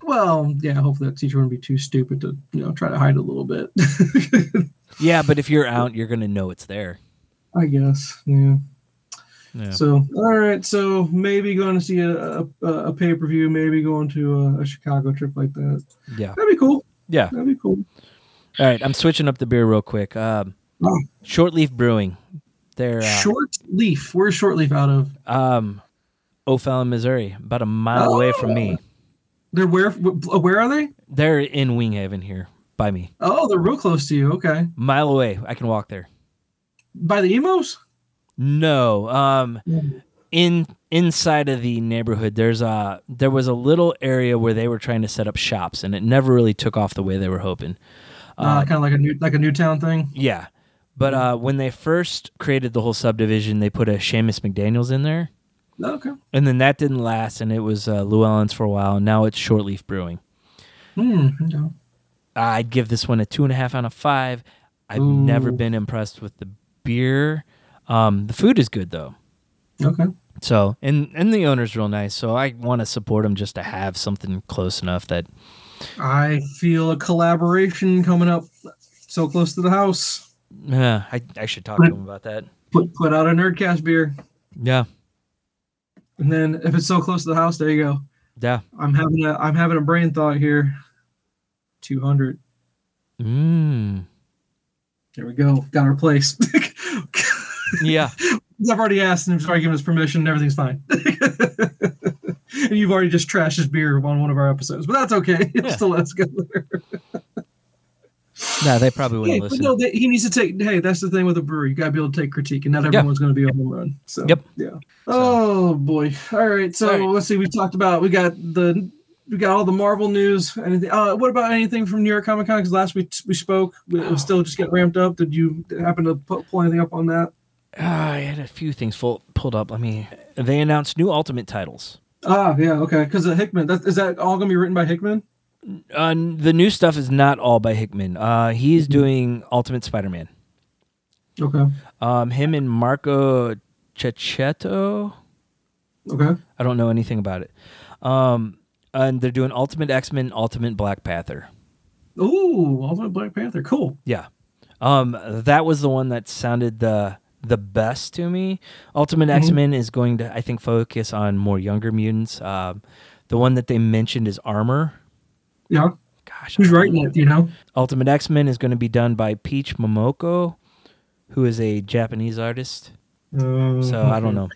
S1: Well, yeah. Hopefully, that teacher wouldn't be too stupid to you know try to hide a little bit.
S2: yeah but if you're out you're gonna know it's there
S1: I guess. Yeah.
S2: Yeah.
S1: So, all right. So maybe going to see a a, a pay per view. Maybe going to a, a Chicago trip like that.
S2: yeah.
S1: That'd be cool.
S2: Yeah.
S1: That'd be cool.
S2: All right. I'm switching up the beer real quick. Um,
S1: Oh.
S2: Shortleaf Brewing. They're uh,
S1: Short Leaf. Where's Short Leaf out of?
S2: um, O'Fallon, Missouri, about a mile away from me.
S1: They're where? wh- Where are they?
S2: They're in Wing Haven here by me.
S1: Oh, they're real close to you. Okay.
S2: Mile away. I can walk there.
S1: By the emos.
S2: No. Um,
S1: Yeah.
S2: in inside of the neighborhood there's a there was a little area where they were trying to set up shops and it never really took off the way they were hoping
S1: Uh, kind of like a new like a Newtown thing.
S2: yeah but uh, when they first created the whole subdivision they put a Seamus mcdaniels in there
S1: Okay.
S2: and then that didn't last and it was uh, llewellyn's for a while and now it's shortleaf brewing
S1: Hmm. yeah.
S2: i'd give this one a two and a half out of five i've
S1: Ooh.
S2: never been impressed with the beer um, the food is good though
S1: Okay.
S2: So and and the owner's real nice. So I want to support him just to have something close enough that
S1: I feel a collaboration coming up. So close to the house.
S2: uh, I I should talk to him about that.
S1: Put put out a Nerdcast beer,
S2: Yeah,
S1: and then if it's so close to the house, there you go.
S2: yeah.
S1: I'm having a I'm having a brain thought here. Two hundred.
S2: Mm.
S1: There we go. Got our place.
S2: Yeah,
S1: I've already asked and I've already given us permission. And everything's fine. and you've already just trashed his beer on one of our episodes, but that's okay.
S2: Yeah.
S1: Still, let's go.
S2: no, they probably
S1: Hey,
S2: wouldn't
S1: but
S2: listen.
S1: no, they, he needs to take. Hey, that's the thing with a brewery. You got to be able to take critique, and not everyone's going to be a home run. So,
S2: Yep.
S1: Yeah. Oh boy. All right. So
S2: All right.
S1: let's see. We talked about. We got the. We got all the Marvel news. Anything? Uh, what about anything from New York Comic Con? Because last week we spoke, we, it was still just getting ramped up. Did you happen to pu- pull anything up on that?
S2: Ah, I had a few things full, pulled up. Let me. They announced new Ultimate titles.
S1: Ah, yeah. Okay. Because of Hickman. That, is that all going to be written by Hickman?
S2: Uh, the new stuff is not all by Hickman. Uh, he's
S1: Mm-hmm.
S2: doing Ultimate Spider-Man.
S1: Okay.
S2: Um, him and Marco Cecchetto.
S1: Okay.
S2: I don't know anything about it. Um, and they're doing Ultimate X-Men, Ultimate Black Panther.
S1: Ooh, Ultimate Black Panther. Cool.
S2: Yeah. Um, that was the one that sounded the the best to me. Ultimate
S1: Mm-hmm.
S2: X Men is going to, I think, focus on more younger mutants. Um, the one that they mentioned is Armor.
S1: Yeah.
S2: Gosh, I
S1: Who's
S2: don't
S1: writing
S2: know.
S1: it? Do you know?
S2: Ultimate X Men is going to be done by Peach Momoko, who is a Japanese artist.
S1: Uh,
S2: So I don't know.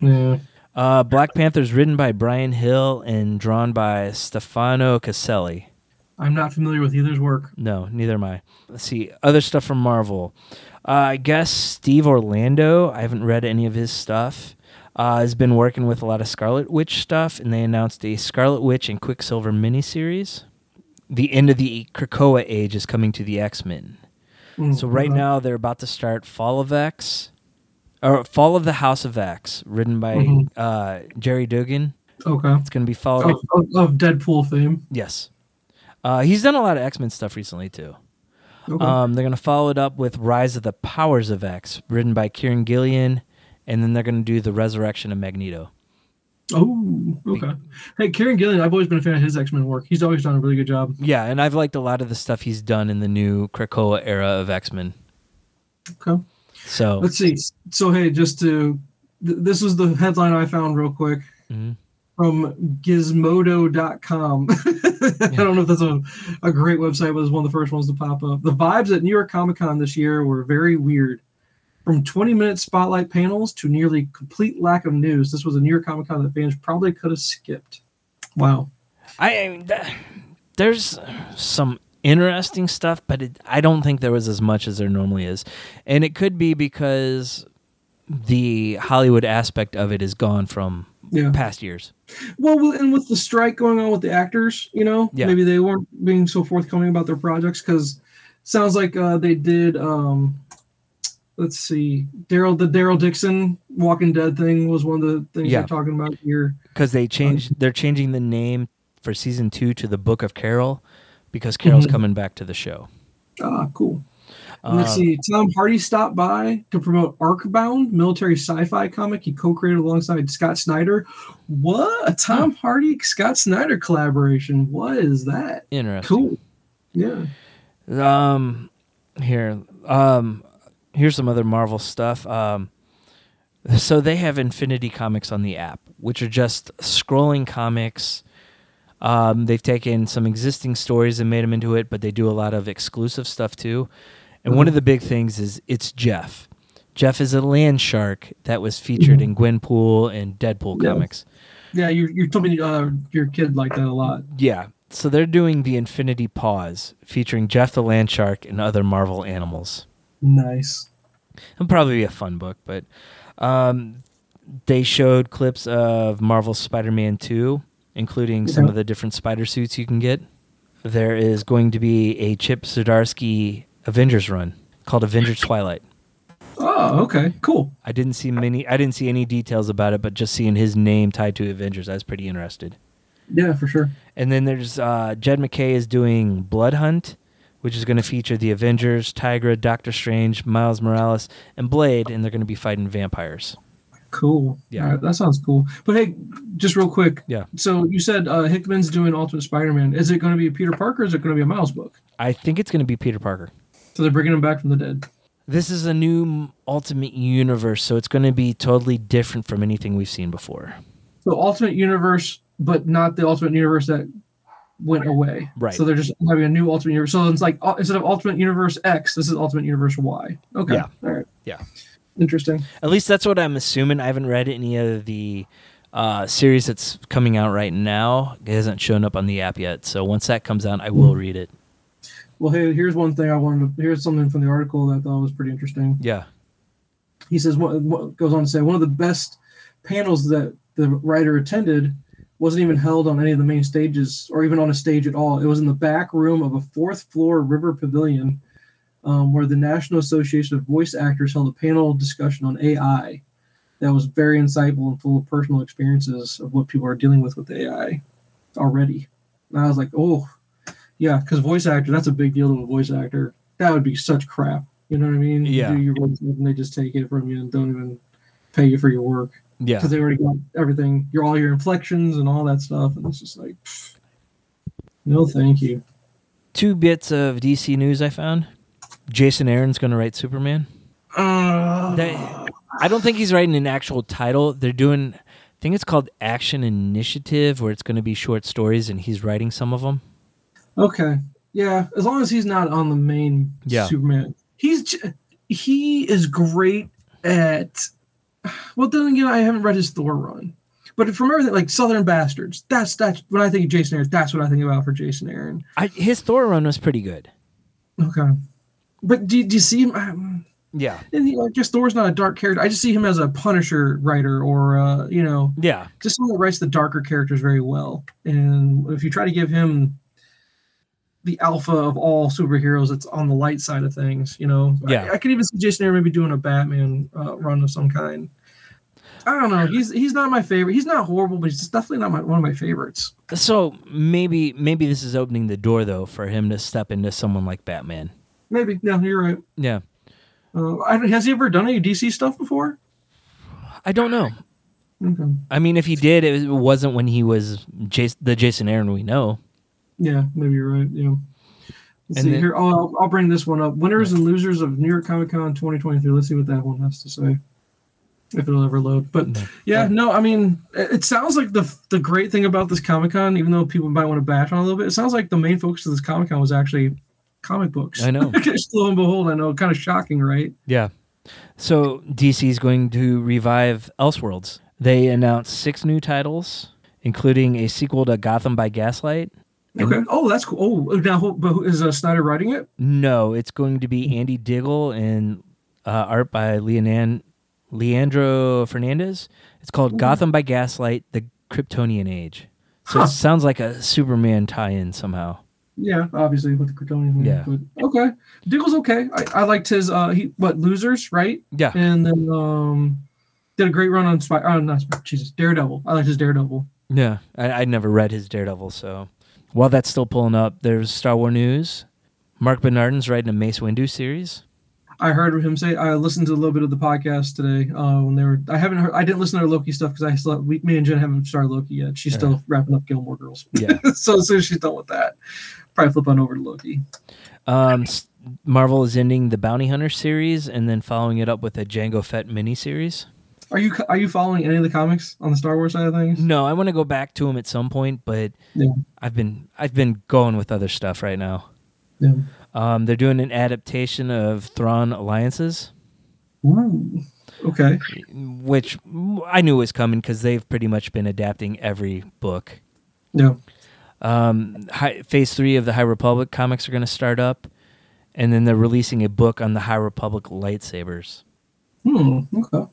S1: Yeah.
S2: Uh, Black Panther's written by Brian Hill and drawn by Stefano Caselli.
S1: I'm not familiar with either's work.
S2: No, neither am I. Let's see other stuff from Marvel. Uh, I guess Steve Orlando. I haven't read any of his stuff. Uh, has been working with a lot of Scarlet Witch stuff, and they announced a Scarlet Witch and Quicksilver miniseries. The end of the Krakoa age is coming to the X Men.
S1: Mm,
S2: So right
S1: okay.
S2: now they're about to start Fall of X, or Fall of the House of X, written by
S1: Mhm.
S2: uh, Jerry Dugan.
S1: Okay.
S2: It's going to be followed.
S1: Of, of, of Deadpool fame.
S2: Yes, uh, he's done a lot of X Men stuff recently too.
S1: Okay.
S2: Um, they're going to follow it up with Rise of the Powers of X, written by Kieran Gillian, and then they're going to do the Resurrection of Magneto.
S1: oh, okay. Hey, Karen Gillian, I've always been a fan of his X Men work. He's always done a really good job.
S2: Yeah, and I've liked a lot of the stuff he's done in the new Krakoa era of X Men.
S1: Okay.
S2: So,
S1: Let's see. So, hey, just to, th- this was the headline I found real quick
S2: mhm.
S1: from gizmodo.com. I don't know if that's a, a great website, but it's one of the first ones to pop up. The vibes at New York Comic Con this year were very weird. From 20 minute spotlight panels to nearly complete lack of news, this was a New York Comic Con that fans probably could have skipped. Wow.
S2: I, I mean, th- there's some interesting stuff, but it, I don't think there was as much as there normally is, and it could be because the Hollywood aspect of it is gone from
S1: Yeah.
S2: past years.
S1: Well, with- and with the strike going on with the actors, you know,
S2: Yeah.
S1: maybe they weren't being so forthcoming about their projects because sounds like uh, they did. Um, let's see, Daryl the Daryl Dixon Walking Dead thing was one of the things
S2: Yeah.
S1: you're talking about here.
S2: because they changed they're changing the name for season two to the book of carol because carol's
S1: Mhm.
S2: coming back to the show
S1: Ah, cool. And
S2: Uh,
S1: let's see, Tom Hardy stopped by to promote Arcbound, military sci-fi comic he co-created alongside Scott Snyder. What a Tom Hardy Scott Snyder collaboration? What is that?
S2: interesting
S1: Cool. Yeah.
S2: um here um here's some other marvel stuff um So they have Infinity Comics on the app, which are just scrolling comics. Um, they've taken some existing stories and made them into it, but they do a lot of exclusive stuff too. And one of the big things is it's Jeff. Jeff is a land shark that was featured in Gwenpool and Deadpool
S1: Yeah.
S2: comics.
S1: Yeah, you you told me uh, your kid liked that a lot.
S2: Yeah. So they're doing the Infinity Pause featuring Jeff the Land Shark and other Marvel animals.
S1: Nice.
S2: It'll probably be a fun book, but um, they showed clips of Marvel's Spider Man 2, including some
S1: Yeah.
S2: of the different spider suits you can get. There is going to be a Chip Zdarsky Avengers run called Avengers Twilight.
S1: Oh, okay, cool.
S2: I didn't see many. I didn't see any details about it, but just seeing his name tied to Avengers, I was pretty interested.
S1: Yeah, for sure.
S2: And then there's uh, Jed McKay is doing Blood Hunt, which is going to feature the Avengers, Tigra, Doctor Strange, Miles Morales, and Blade, and they're going to be fighting vampires.
S1: Cool.
S2: Yeah.
S1: All right, that sounds cool. But hey, just real quick.
S2: Yeah.
S1: So you said uh, Hickman's doing Ultimate Spider-Man. Is it going to be a Peter Parker? Or is it going to be a Miles book?
S2: I think it's going to be Peter Parker.
S1: So they're bringing him back from the dead.
S2: This is a new m- Ultimate Universe, so it's going to be totally different from anything we've seen before.
S1: So Ultimate Universe, but not the Ultimate Universe that went away.
S2: Right.
S1: So they're just having a new Ultimate Universe. So it's like uh, instead of Ultimate Universe X, this is Ultimate Universe Y. Okay.
S2: Yeah.
S1: All right.
S2: Yeah.
S1: Interesting.
S2: At least that's what I'm assuming. I haven't read any of the uh, series that's coming out right now. It hasn't shown up on the app yet, so once that comes out, I will read it.
S1: Well, hey, here's one thing I wanted to. Here's something from the article that I thought was pretty interesting.
S2: Yeah.
S1: He says, what, what goes on to say, one of the best panels that the writer attended wasn't even held on any of the main stages or even on a stage at all. It was in the back room of a fourth floor river pavilion um, where the National Association of Voice Actors held a panel discussion on AI that was very insightful and full of personal experiences of what people are dealing with with AI already. And I was like, oh, yeah, because voice actor, that's a big deal to a voice actor. That would be such crap. You know what I mean? You
S2: Yeah.
S1: do your voice and they just take it from you and don't even pay you for your work
S2: Yeah.
S1: because they already got everything, your all your inflections and all that stuff, and it's just like, pfft, no, thank you.
S2: Two bits of DC news I found. Jason Aaron's going to write Superman.
S1: Uh,
S2: They- I don't think he's writing an actual title. They're doing, I think it's called Action Initiative, where it's going to be short stories and he's writing some of them.
S1: okay, yeah, as long as he's not on the main
S2: Yeah.
S1: Superman, he's j- he is great at. Well, then again, I haven't read his Thor run, but from everything like Southern Bastards, that's that's when I think of Jason Aaron. That's what I think about for Jason Aaron.
S2: I, his Thor run was pretty good.
S1: Okay, but do, do you see him? um,
S2: Yeah.
S1: And you know, just Thor's not a dark character. I just see him as a Punisher writer, or uh, you know,
S2: Yeah.
S1: just someone that writes the darker characters very well. And if you try to give him the alpha of all superheroes, it's on the light side of things. You know,
S2: Yeah.
S1: I, I could even see Jason Aaron maybe doing a Batman uh, run of some kind. I don't know. He's he's not my favorite. He's not horrible, but he's just definitely not my, one of my favorites.
S2: So maybe maybe this is opening the door though for him to step into someone like Batman.
S1: Maybe. No, you're right.
S2: Yeah.
S1: Uh, I, don't- has he ever done any DC stuff before?
S2: I don't know.
S1: Okay.
S2: I mean, if he did, it wasn't when he was Jas the Jason Aaron we know.
S1: Yeah, maybe you're right. Yeah.
S2: And
S1: Let's see
S2: then-
S1: here. Oh, I'll, I'll bring this one up. Winners and losers of New York Comic Con 2023. Let's see what that one has to say. If it'll ever load, but
S2: No.
S1: yeah,
S2: Uh,
S1: no, I mean, it it sounds like the the great thing about this Comic Con, even though people might want to bash on it a little bit, it sounds like the main focus of this Comic Con was actually comic books.
S2: I know.
S1: Because lo and behold, I know, kind of shocking, right?
S2: Yeah. So DC is going to revive Elseworlds. They announced six new titles, including a sequel to Gotham by Gaslight. And-
S1: Okay. Oh, that's cool. Oh, now, who- but who, is uh, Snyder writing it?
S2: No, it's going to be Andy Diggle and uh, art by Leonan- Leandro Fernandez. It's called Gotham by Gaslight: The Kryptonian Age. So
S1: Huh.
S2: it sounds like a Superman tie-in somehow.
S1: Yeah, obviously with the Kryptonian. thing,
S2: Yeah.
S1: But okay, Diggle's okay. I, I liked his uh he what losers right,
S2: Yeah.
S1: and then um did a great run on Spy. Oh, not Spy. Jesus, Daredevil. I liked his Daredevil.
S2: Yeah, I, I never read his Daredevil, so while that's still pulling up, there's Star Wars news. Mark Bernardin's writing a Mace Windu series.
S1: I heard him say. I listened to a little bit of the podcast today uh, when they were. I haven't heard. I didn't listen to their Loki stuff because I still. We, me and Jen haven't started Loki yet. She's still wrapping up Gilmore Girls.
S2: Yeah.
S1: so as soon as she's done with that, probably flip on over to Loki.
S2: Um, s- Marvel is ending the Bounty Hunter series and then following it up with a Django Fett miniseries.
S1: Are you are you following any of the comics on the Star Wars side of things?
S2: No, I want to go back to them at some point, but
S1: Yeah.
S2: I've been I've been going with other stuff right now.
S1: Yeah.
S2: Um, they're doing an adaptation of Thrawn Alliances,
S1: Whoa. Okay.
S2: which I knew was coming because they've pretty much been adapting every book.
S1: Yeah.
S2: Um, Hi phase three of the High Republic comics are going to start up, and then they're releasing a book on the High Republic lightsabers.
S1: Hmm. Okay.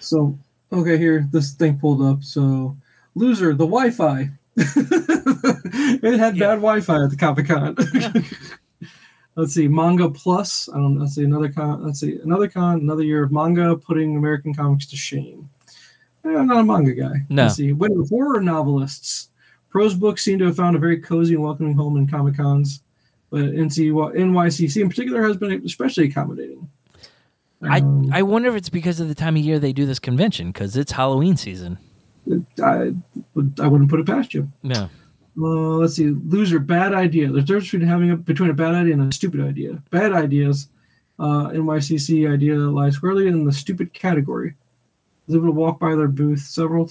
S1: So okay, here this thing pulled up. So loser, the Wi-Fi. it had
S2: Yeah.
S1: bad Wi-Fi at the Comic Con. let's see, manga plus. I don't. Let's see another con. Let's see another con. Another year of manga putting American comics to shame. Eh, I'm not a manga guy.
S2: No.
S1: Let's see, when horror novelists. Prose books seem to have found a very cozy and welcoming home in Comic Cons, but NC, NYCC in particular has been especially accommodating. Um,
S2: I I wonder if it's because of the time of year they do this convention because it's Halloween season.
S1: I would I wouldn't put it past you.
S2: Yeah.
S1: Uh, let's see, loser, bad idea. There's a difference between having a between a bad idea and a stupid idea. Bad ideas, uh, NYCC idea lies squarely in the stupid category. I was able to walk by their booth several.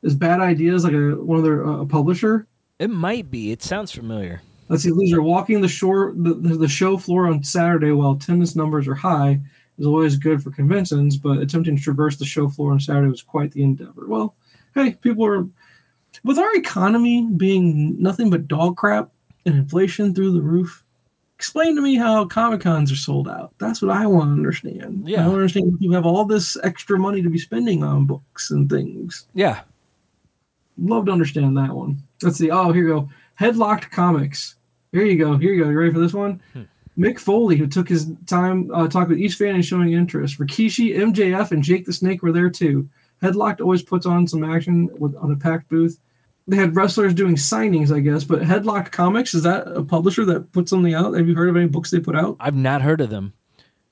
S1: Is bad ideas like a one of their uh, a publisher?
S2: It might be. It sounds familiar.
S1: Let's see, loser walking the shore the, the the show floor on Saturday while attendance numbers are high is always good for conventions, but attempting to traverse the show floor on Saturday was quite the endeavor. Well, hey, people are with our economy being nothing but dog crap and inflation through the roof. Explain to me how Comic Cons are sold out. That's what I want to understand. I
S2: Yeah.
S1: don't understand if you have all this extra money to be spending on books and things.
S2: Yeah.
S1: Love to understand that one. Let's see. Oh, here you go. Headlocked comics. Here you go. Here you go. You ready for this one?
S2: Hmm.
S1: Mick Foley, who took his time uh, talking with each fan and showing interest. Rikishi, MJF, and Jake the Snake were there too. Headlocked always puts on some action with, on a packed booth. They had wrestlers doing signings, I guess. But Headlocked Comics is that a publisher that puts something out? Have you heard of any books they put out?
S2: I've not heard of them.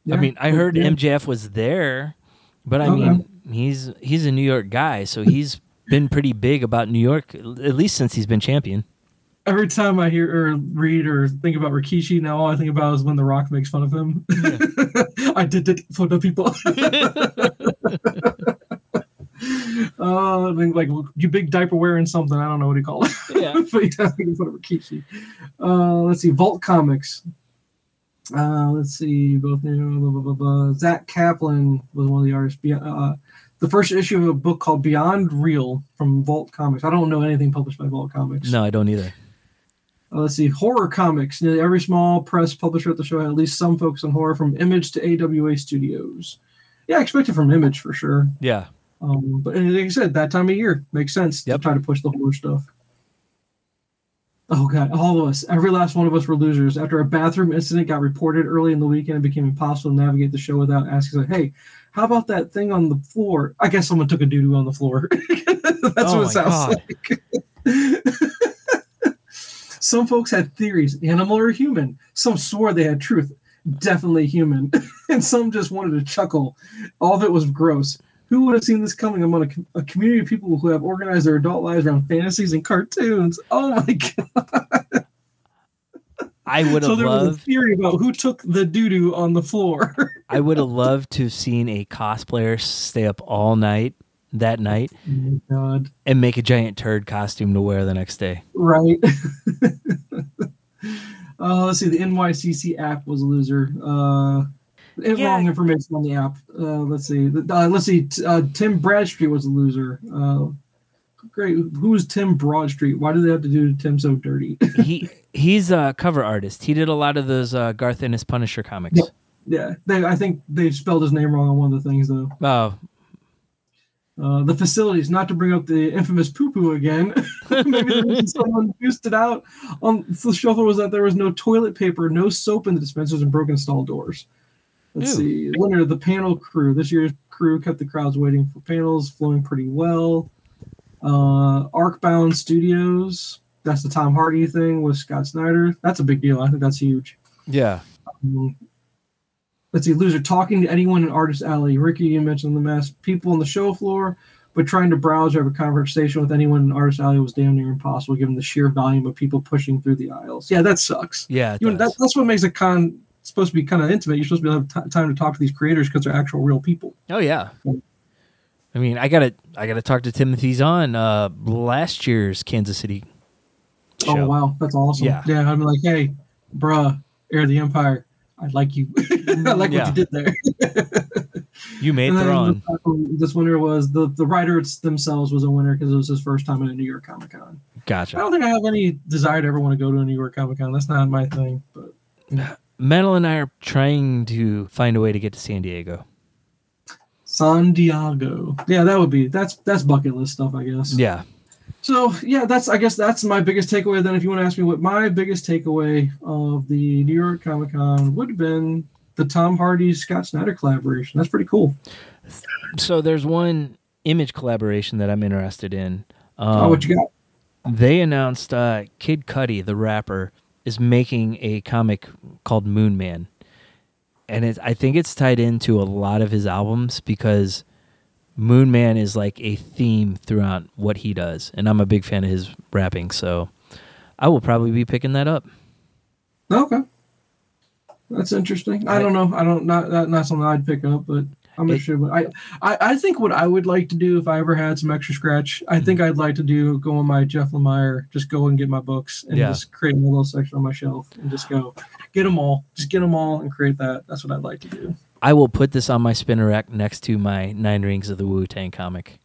S2: I mean, I heard MJF was there, but I
S1: Okay.
S2: mean, he's he's a New York guy, so he's been pretty big about New York at least since he's been champion.
S1: Every time I hear or read or think about Rikishi, now all I think about is when The Rock makes fun of him. I did it for the people. uh, I mean, like you big diaper wearing something. I don't know what you call it.
S2: Yeah.
S1: but yeah, I think it's whatever keeps you. Uh, let's see, Vault Comics. Uh, let's see, both new blah, blah, blah, blah. Zach Kaplan was one of the artists. Be- Uh, the first issue of a book called Beyond Real from Vault Comics. I don't know anything published by Vault Comics.
S2: No, I don't either.
S1: Uh, let's see, horror comics. Nearly every small press publisher at the show had at least some focus on horror, from Image to AWA Studios. Yeah, I expect it from Image for sure.
S2: Yeah.
S1: Um, but and like I said, that time of year makes sense
S2: Yep.
S1: to try to push the horror stuff. Oh god, all of us, every last one of us were losers. After a bathroom incident got reported early in the weekend, it became impossible to navigate the show without asking, like, "Hey, how about that thing on the floor?" I guess someone took a doo doo on the floor. That's
S2: Oh my
S1: what it sounds
S2: God.
S1: like. Some folks had theories, animal or human. Some swore they had truth, definitely human. and some just wanted to chuckle. All of it was gross. Who would have seen this coming among a, com- a community of people who have organized their adult lives around fantasies and cartoons? Oh my god!
S2: I would
S1: so
S2: have
S1: there was a
S2: loved
S1: theory about who took the doo doo on the floor.
S2: I would have loved to have seen a cosplayer stay up all night that night
S1: oh my god!
S2: and make a giant turd costume to wear the next day.
S1: Right. uh, let's see. The NYCC app was a loser. Uh, it-
S2: Yeah.
S1: Wrong information on the app. Uh, let's see. Uh, let's see. T- uh, Tim Bradstreet was a loser. Uh, great. Who is Tim Broadstreet? Why do they have to do Tim so dirty?
S2: He he's a cover artist. He did a lot of those uh, Garth Ennis Punisher comics.
S1: Yep. yeah, they, I think they spelled his name wrong on one of the things though.
S2: Oh,
S1: Uh, the facilities, not to bring up the infamous poo poo again. Maybe the reason someone used it out on the shuffle was that there was no toilet paper, no soap in the dispensers, and broken stall doors. Let's
S2: Ew.
S1: see. Winner, the panel crew. This year's crew kept the crowds waiting for panels, flowing pretty well. Uh, Arcbound Studios. That's the Tom Hardy thing with Scott Snyder. That's a big deal. I think that's huge.
S2: yeah.
S1: Um, let's see, loser talking to anyone in Artist Alley. Ricky, you mentioned the mess. People on the show floor, but trying to browse or have a conversation with anyone in Artist Alley was damn near impossible given the sheer volume of people pushing through the aisles. Yeah, that sucks.
S2: Yeah. it
S1: You know,
S2: does.
S1: that, that's what makes a con supposed to be kind of intimate. You're supposed to be able to have t- time to talk to these creators because they're actual real people.
S2: Oh yeah. I mean, I gotta I gotta talk to Timothy Zahn uh, last year's Kansas City. Show.
S1: Oh wow, that's awesome.
S2: Yeah.
S1: Yeah. I'm like, hey, bruh, Air of the Empire. I like you. I like
S2: Mm, Yeah.
S1: what you did there.
S2: You made
S1: And then
S2: Thrawn.
S1: This winner was the the writers themselves was a winner because it was his first time at a New York Comic Con. I
S2: Gotcha.
S1: don't think I have any desire to ever want to go to a New York Comic Con. That's not my thing. But
S2: Metal and I are trying to find a way to get to San Diego.
S1: San Diego, yeah, that would be that's that's bucket list stuff, I guess.
S2: Yeah.
S1: So yeah, that's I guess that's my biggest takeaway. Then, if you want to ask me what my biggest takeaway of the New York Comic Con would have been, the Tom Hardy Scott Snyder collaboration. That's pretty cool.
S2: So there's one image collaboration that I'm interested in.
S1: oh,
S2: Um,
S1: what you got?
S2: they announced uh, Kid Cudi, the rapper, is making a comic called Moon Man, and it, I think it's tied into a lot of his albums because Moon Man is like a theme throughout what he does, and I'm a big fan of his rapping, so I will probably be picking that up.
S1: Okay, that's interesting. I don't know. I don't not that, not something I'd pick up, but I'm
S2: It-
S1: interested. But I, I I think what I would like to do if I ever had some extra scratch, I
S2: Hmm.
S1: think I'd like to do go on my Jeff Lemire, just go and get my books and
S2: Yeah.
S1: just create a little section on my shelf and just go get them all, just get them all and create that. That's what I'd like to do.
S2: I will put this on my spinner rack next to my Nine Rings of the Wu Tang comic,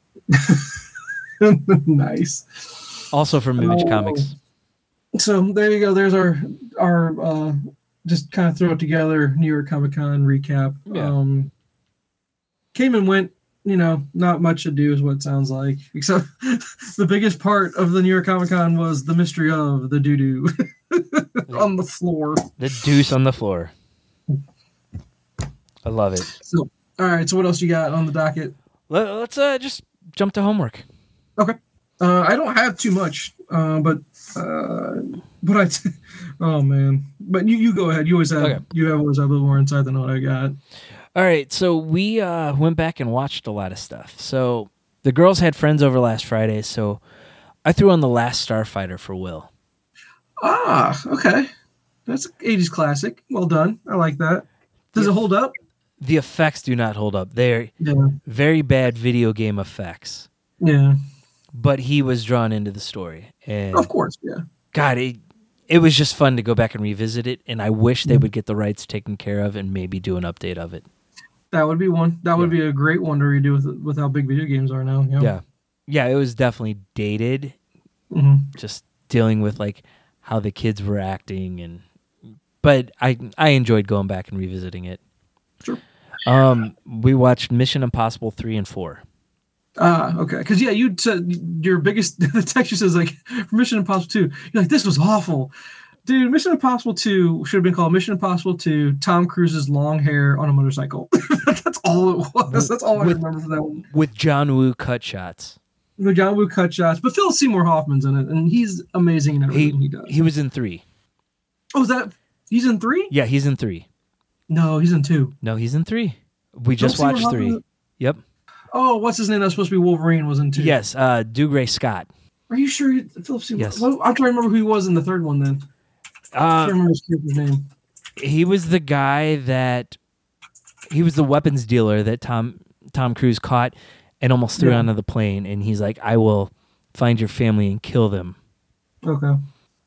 S1: nice.
S2: also from Image
S1: Oh.
S2: Comics.
S1: So there you go. There's our our uh, just kind of throw it together New York Comic Con recap.
S2: Yeah.
S1: Um, came and went. You know, not much ado is what it sounds like. Except the biggest part of the New York Comic Con was the mystery of the doo doo on the floor.
S2: The deuce on the floor. I love it.
S1: So all right. So what else you got on the docket?
S2: Let, us uh, just jump to homework.
S1: Uh, I don't have too much, uh, but uh, but I. oh man, but you you go ahead. You always have
S2: Okay.
S1: you have always have a little more insight than what I got.
S2: All right, so we uh, went back and watched a lot of stuff. So the girls had friends over last Friday, so I threw on the Last Starfighter for Will.
S1: Ah, okay. That's an 80s classic. Well done. I like that. Does it hold up?
S2: The effects do not hold up; they're
S1: Yeah.
S2: very bad video game effects.
S1: Yeah.
S2: But he was drawn into the story, and
S1: Of course. Yeah.
S2: God, it it was just fun to go back and revisit it. And I wish
S1: Mm-hmm.
S2: they would get the rights taken care of and maybe do an update of it.
S1: That would be one. That would be a great one to redo with with how big video games are now. Yeah.
S2: Yeah, yeah, it was definitely dated
S1: hmm
S2: just dealing with like how the kids were acting and but I I enjoyed going back and revisiting it.
S1: Sure.
S2: Um we watched Mission Impossible 3 and 4.
S1: Ah, okay. Because yeah, you said your biggest the text you says like Mission Impossible Two. You're like this was awful, dude. Mission Impossible Two should have been called Mission Impossible Two. Tom Cruise's long hair on a motorcycle. That's all it was. That's all I
S2: With-
S1: remember from that one.
S2: with John Woo cut shots.
S1: The John Woo cut shots, but Phil Seymour Hoffman's in it, and he's amazing in everything he, does.
S2: He was in 3.
S1: Oh, is that he's in three?
S2: Yeah, he's in 3.
S1: No, he's in two.
S2: No, he's in 3. We just
S1: Phil Seymour
S2: watched
S1: Hoffman-
S2: 3. Yep.
S1: Oh, what's his name? That's supposed to be Wolverine. Was in two.
S2: Yes, uh Dougray Scott.
S1: Are you sure he- Philip Seymour?
S2: Yes.
S1: Well, I'm trying to remember who he was in the third one. Then I can't
S2: Uh
S1: remember his character's name.
S2: he was the guy that he was the weapons dealer that Tom Tom Cruise caught and almost threw
S1: Yeah.
S2: onto the plane and he's like I will find your family and kill them.
S1: Okay.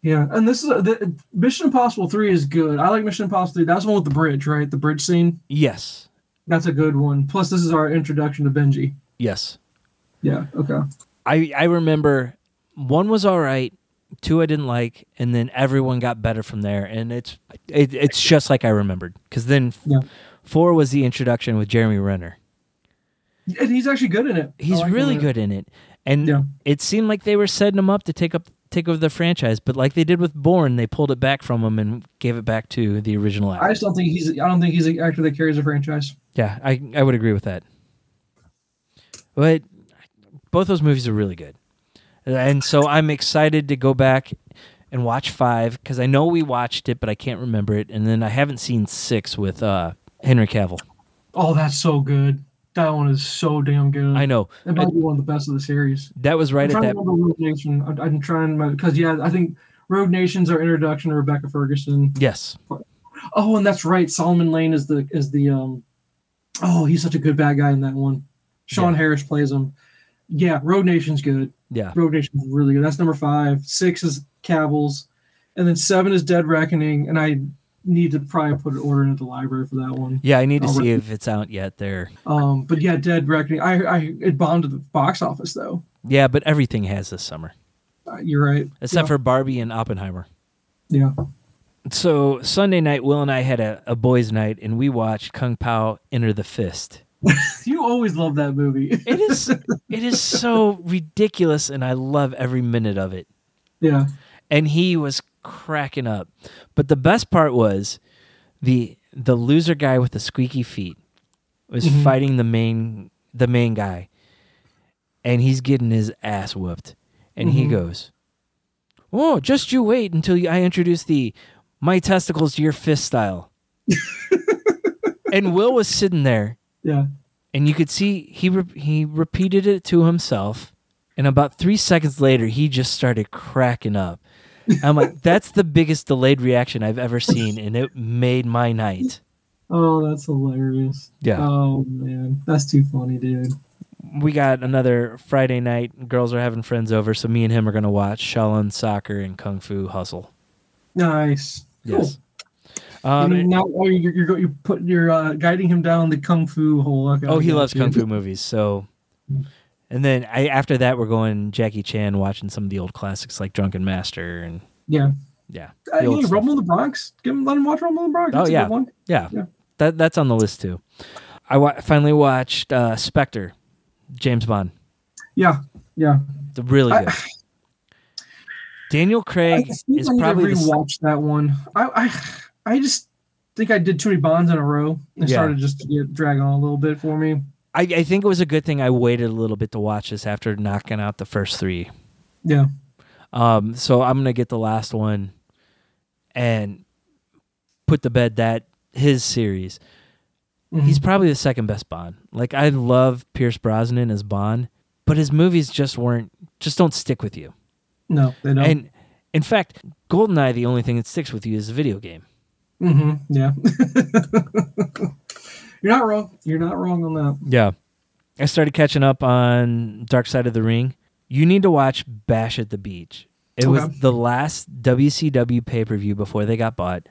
S1: Yeah, and this is the, Mission Impossible Three is good. I like Mission Impossible Three. That's the one with the bridge, right? The bridge scene.
S2: Yes.
S1: That's a good one. Plus, this is our introduction to Benji.
S2: Yes.
S1: Yeah. Okay.
S2: I I remember one was all right, two I didn't like, and then everyone got better from there. And it's it, it's just like I remembered because then f-
S1: Yeah.
S2: four was the introduction with Jeremy Renner.
S1: And he's actually good in it. Oh, I
S2: He's
S1: like him
S2: really
S1: in it.
S2: good in it, and
S1: Yeah.
S2: it seemed like they were setting him up to take up take over the franchise. But like they did with Bourne, they pulled it back from him and gave it back to the original actor.
S1: I just don't think he's. I don't think he's an actor that carries a franchise.
S2: yeah, I I would agree with that. But both those movies are really good. And so I'm excited to go back and watch five because I know we watched it, but I can't remember it. And then I haven't seen six with uh, Henry Cavill.
S1: Oh, that's so good. That one is so damn good.
S2: I know.
S1: It might be one of the best of the series.
S2: That was
S1: I'm
S2: right at
S1: trying
S2: that.
S1: to remember Road Nation. I'm, I'm trying because yeah, I think Road Nation's our introduction to Rebecca Ferguson.
S2: Yes.
S1: Oh, and that's right. Solomon Lane is the is the um. Oh, he's such a good bad guy in that one. Sean
S2: Yeah.
S1: Harris plays him. Yeah, Road Nation's good.
S2: Yeah.
S1: Rogue Nation's really good. That's number five. Six is Cavils, and then seven is Dead Reckoning. And I need to probably put an order into the library for that one.
S2: Yeah, I need to
S1: I'll
S2: see
S1: recommend-
S2: if it's out yet there.
S1: Um, but yeah, Dead Reckoning. I, I it bombed at the box office though.
S2: Yeah, but everything has this summer,
S1: Uh, You're right.
S2: except
S1: yeah.
S2: for Barbie and Oppenheimer.
S1: yeah.
S2: So Sunday night, Will and I had a, a boys' night, and we watched Kung Pao Enter the Fist.
S1: You always love that movie.
S2: It is it is so ridiculous, and I love every minute of it.
S1: yeah.
S2: And he was cracking up, but the best part was the the loser guy with the squeaky feet was
S1: Mhm.
S2: fighting the main the main guy, and he's getting his ass whooped, and he
S1: Mhm.
S2: goes, "Oh, just you wait until you, I introduce the my testicles to your fist style." and Will was sitting there
S1: Yeah.
S2: and you could see he re- he repeated it to himself and about three seconds later he just started cracking up i'm like that's the biggest delayed reaction i've ever seen and it made my night
S1: Oh, that's hilarious.
S2: yeah
S1: Oh man, that's too funny, dude.
S2: we got another friday night girls are having friends over so me and him are going to watch shaolin soccer and kung fu hustle
S1: Nice.
S2: yes
S1: Cool.
S2: um,
S1: And
S2: and-
S1: now oh, you're, you're go- you put you're uh, guiding him down the kung fu hole. Okay, Uh,
S2: oh
S1: I
S2: he
S1: got
S2: loves
S1: you.
S2: kung fu movies so and then I, after that we're going jackie chan watching some of the old classics like drunken master and
S1: Yeah.
S2: yeah
S1: Uh,
S2: the old
S1: yeah,
S2: stuff.
S1: Rumble in the Bronx. Give him, let him watch Rumble in the Bronx.
S2: Oh,
S1: That's a
S2: yeah.
S1: good one.
S2: Yeah,
S1: Yeah.
S2: that that's on the list too. I wa- finally watched uh, Spectre, James Bond.
S1: Yeah, yeah.
S2: It's really
S1: I-
S2: good. Daniel Craig
S1: I think
S2: is
S1: I need
S2: probably
S1: to
S2: the, s-
S1: rewatch that one. I, I I just think I did too many bonds in a row.
S2: Yeah.
S1: It started just yeah, dragging on a little bit for me.
S2: I, I think it was a good thing I waited a little bit to watch this after knocking out the first three.
S1: Yeah.
S2: Um, so I'm gonna get the last one and put to bed that his series.
S1: Mhm.
S2: He's probably the second best Bond. Like I love Pierce Brosnan as Bond, but his movies just weren't just don't stick with you.
S1: no, they don't.
S2: And in fact, GoldenEye, the only thing that sticks with you is the video game.
S1: hmm yeah. You're not wrong. You're not wrong on that.
S2: Yeah. I started catching up on Dark Side of the Ring. You need to watch Bash at the Beach. It
S1: Okay.
S2: was the last WCW pay per view before they got bought.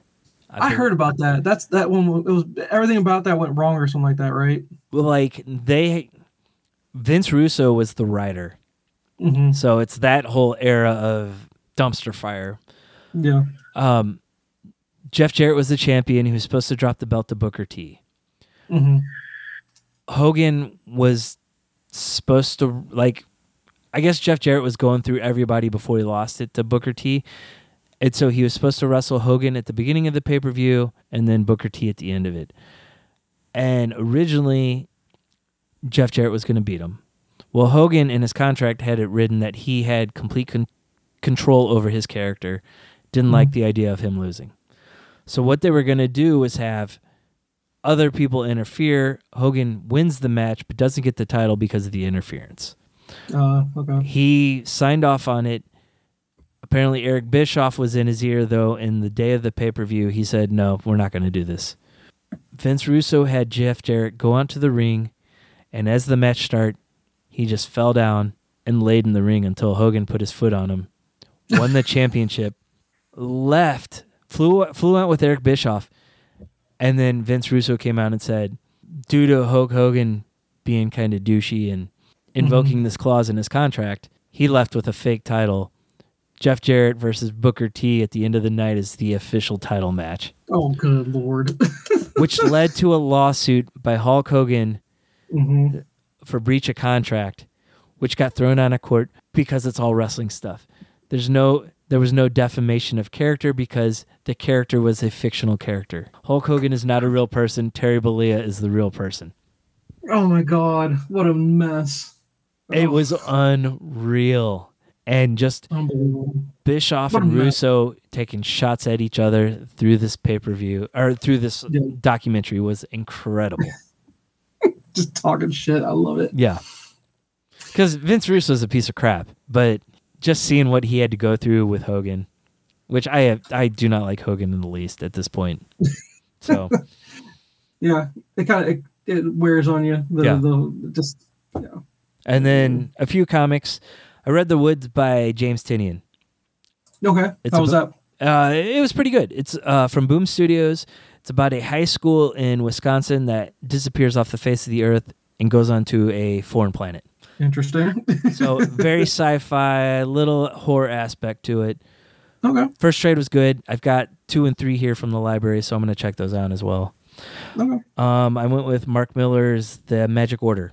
S1: I
S2: think-
S1: heard about that. That's that one. was- It was everything about that went wrong or something like that, right?
S2: well, like they Vince Russo was the writer,
S1: hmm
S2: so it's that whole era of dumpster fire.
S1: Yeah.
S2: Um, Jeff Jarrett was the champion who was supposed to drop the belt to Booker T.
S1: hmm
S2: Mm-hmm. Hogan was supposed to like I guess Jeff Jarrett was going through everybody before he lost it to Booker T. And so he was supposed to wrestle Hogan at the beginning of the pay-per-view and then Booker T at the end of it. And originally Jeff Jarrett was going to beat him. Well, Hogan in his contract had it written that he had complete con- control over his character. Didn't like the idea of him losing. So what they were going to do was have other people interfere. Hogan wins the match but doesn't get the title because of the interference.
S1: Uh, okay.
S2: He signed off on it. Apparently, Eric Bischoff was in his ear, though, and the day of the pay per view, he said, No, we're not going to do this. Vince Russo had Jeff Jarrett go out to the ring, and as the match start, he just fell down and laid in the ring until Hogan put his foot on him, won the championship, left, flew, flew out with Eric Bischoff, and then Vince Russo came out and said, due to Hulk Hogan being kind of douchey and invoking this clause in his contract, he left with a fake title. Jeff Jarrett versus Booker T at the end of the night is the official title match,
S1: Oh, good lord.
S2: which led to a lawsuit by Hulk Hogan
S1: hmm
S2: for breach of contract, which got thrown out of court because it's all wrestling stuff. There's no there was no defamation of character because the character was a fictional character. Hulk Hogan is not a real person. Terry Bollea is the real person.
S1: Oh my god, what a mess.
S2: It
S1: Oh,
S2: was unreal. And just
S1: unbelievable.
S2: Bischoff
S1: What a
S2: and
S1: mess.
S2: Russo taking shots at each other through this pay per view or through this
S1: Yeah.
S2: documentary was incredible.
S1: Just talking shit. I love it.
S2: yeah. Because Vince Russo is a piece of crap, but just seeing what he had to go through with Hogan which I have, I do not like Hogan in the least at this point. So
S1: yeah, it kind of it, it wears on you. The,
S2: Yeah.
S1: the just yeah.
S2: and then a few comics. I read The Woods by James Tinian.
S1: Okay,
S2: It's
S1: how was
S2: about- Uh,
S1: that?
S2: it was pretty good. It's uh, from Boom Studios. It's about a high school in Wisconsin that disappears off the face of the earth and goes onto a foreign planet.
S1: Interesting.
S2: So very sci-fi, little horror aspect to it.
S1: okay,
S2: First trade was good. I've got two and three here from the library, so I'm going to check those out as well.
S1: okay.
S2: Um, I went with Mark Miller's The Magic Order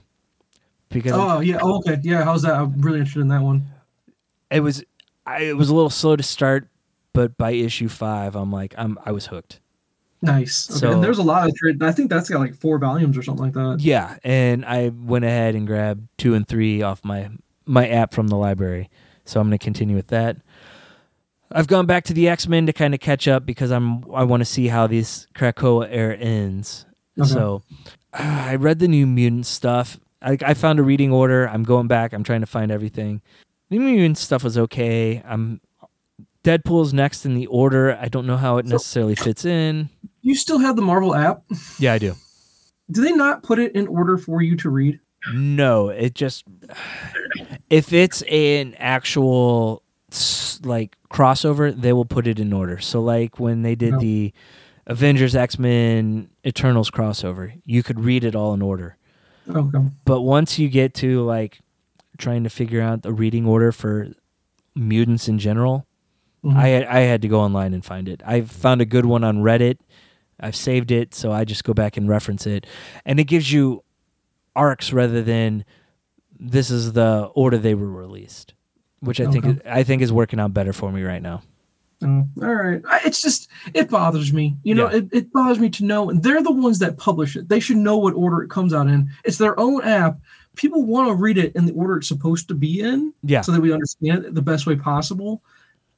S2: because
S1: Oh yeah. Oh, okay. Yeah. How's that? I'm really interested in that one.
S2: it was I, it was a little slow to start, but by issue five, I'm like I'm I was hooked.
S1: Nice. Okay.
S2: So-
S1: and there's a lot of trade. and I think that's got like four volumes or something like that.
S2: Yeah, and I went ahead and grabbed two and three off my my app from the library, so I'm going to continue with that. I've gone back to the X Men to kind of catch up because I'm I want to see how this Krakoa era ends.
S1: Okay.
S2: So ah, I read the New Mutant stuff. I, I found a reading order. I'm going back. I'm trying to find everything. New Mutant stuff was okay. I'm Deadpool's next in the order. I don't know how it necessarily fits in.
S1: You still have the Marvel app.
S2: Yeah, I do.
S1: Do they not put it in order for you to read?
S2: No, it just if it's an actual s- like crossover, they will put it in order. So like when they did
S1: No.
S2: the Avengers, X-Men, Eternals crossover, you could read it all in order.
S1: Okay.
S2: But once you get to like trying to figure out the reading order for mutants in general,
S1: Mhm.
S2: I had, I had to go online and find it. I found a good one on Reddit. I've saved it, so I just go back and reference it, and it gives you arcs rather than this is the order they were released, which I think
S1: Okay.
S2: I think is working out better for me right now.
S1: Oh, all right. I- It's just it bothers me. You know,
S2: Yeah.
S1: it, it bothers me to know. And they're the ones that publish it. They should know what order it comes out in. It's their own app. People want to read it in the order it's supposed to be in,
S2: Yeah,
S1: so that we understand it the best way possible.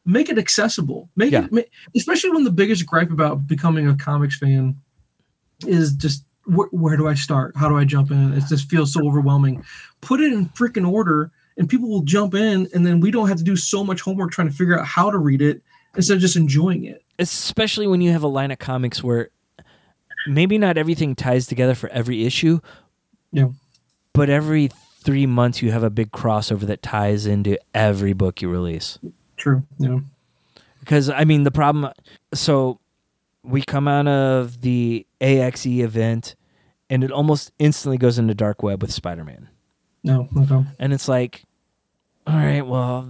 S1: Make it accessible. Make
S2: Yeah.
S1: it, ma- especially when the biggest gripe about becoming a comics fan is just wh- where do I start? How do I jump in? It just feels so overwhelming. Put it in freaking order, and people will jump in, and then we don't have to do so much homework trying to figure out how to read it instead of just enjoying it.
S2: especially when you have a line of comics where maybe not everything ties together for every issue,
S1: Yeah.
S2: but every three months you have a big crossover that ties into every book you release.
S1: True. Yeah.
S2: Because I mean, the problem. So we come out of the AXE event, and it almost instantly goes into dark web with Spider Man,
S1: No. Okay.
S2: and it's like, all right, well,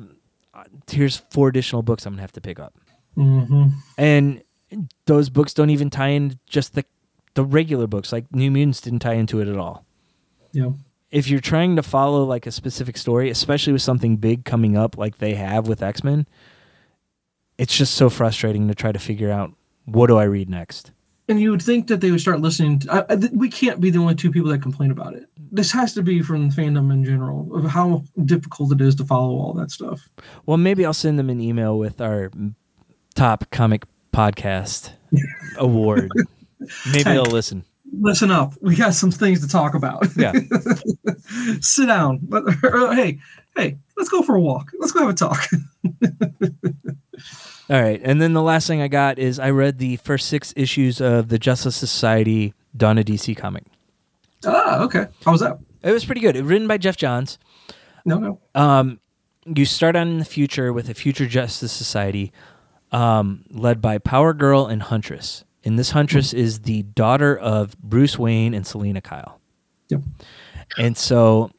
S2: uh, here's four additional books I'm gonna have to pick up,
S1: Mm-hmm.
S2: and those books don't even tie in just the the regular books. Like New Mutants didn't tie into it at all.
S1: Yeah.
S2: If you're trying to follow like a specific story, especially with something big coming up like they have with X Men, it's just so frustrating to try to figure out what do I read next.
S1: And you would think that they would start listening. To, I, I, th- we can't be the only two people that complain about it. This has to be from fandom in general of how difficult it is to follow all that stuff.
S2: Well, maybe I'll send them an email with our m- top comic podcast award. Maybe they'll listen.
S1: Listen up. We got some things to talk about.
S2: Yeah.
S1: Sit down. But, or, hey, hey, let's go for a walk. Let's go have a talk.
S2: All right. And then the last thing I got is I read the first six issues of the Justice Society Donna DC comic.
S1: Ah, okay. How was that?
S2: It was pretty good. It was written by Jeff Johns.
S1: No, no.
S2: Um, you start out in the future with a future Justice Society um, led by Power Girl and Huntress. And this Huntress is the daughter of Bruce Wayne and Selena Kyle.
S1: Yep.
S2: And so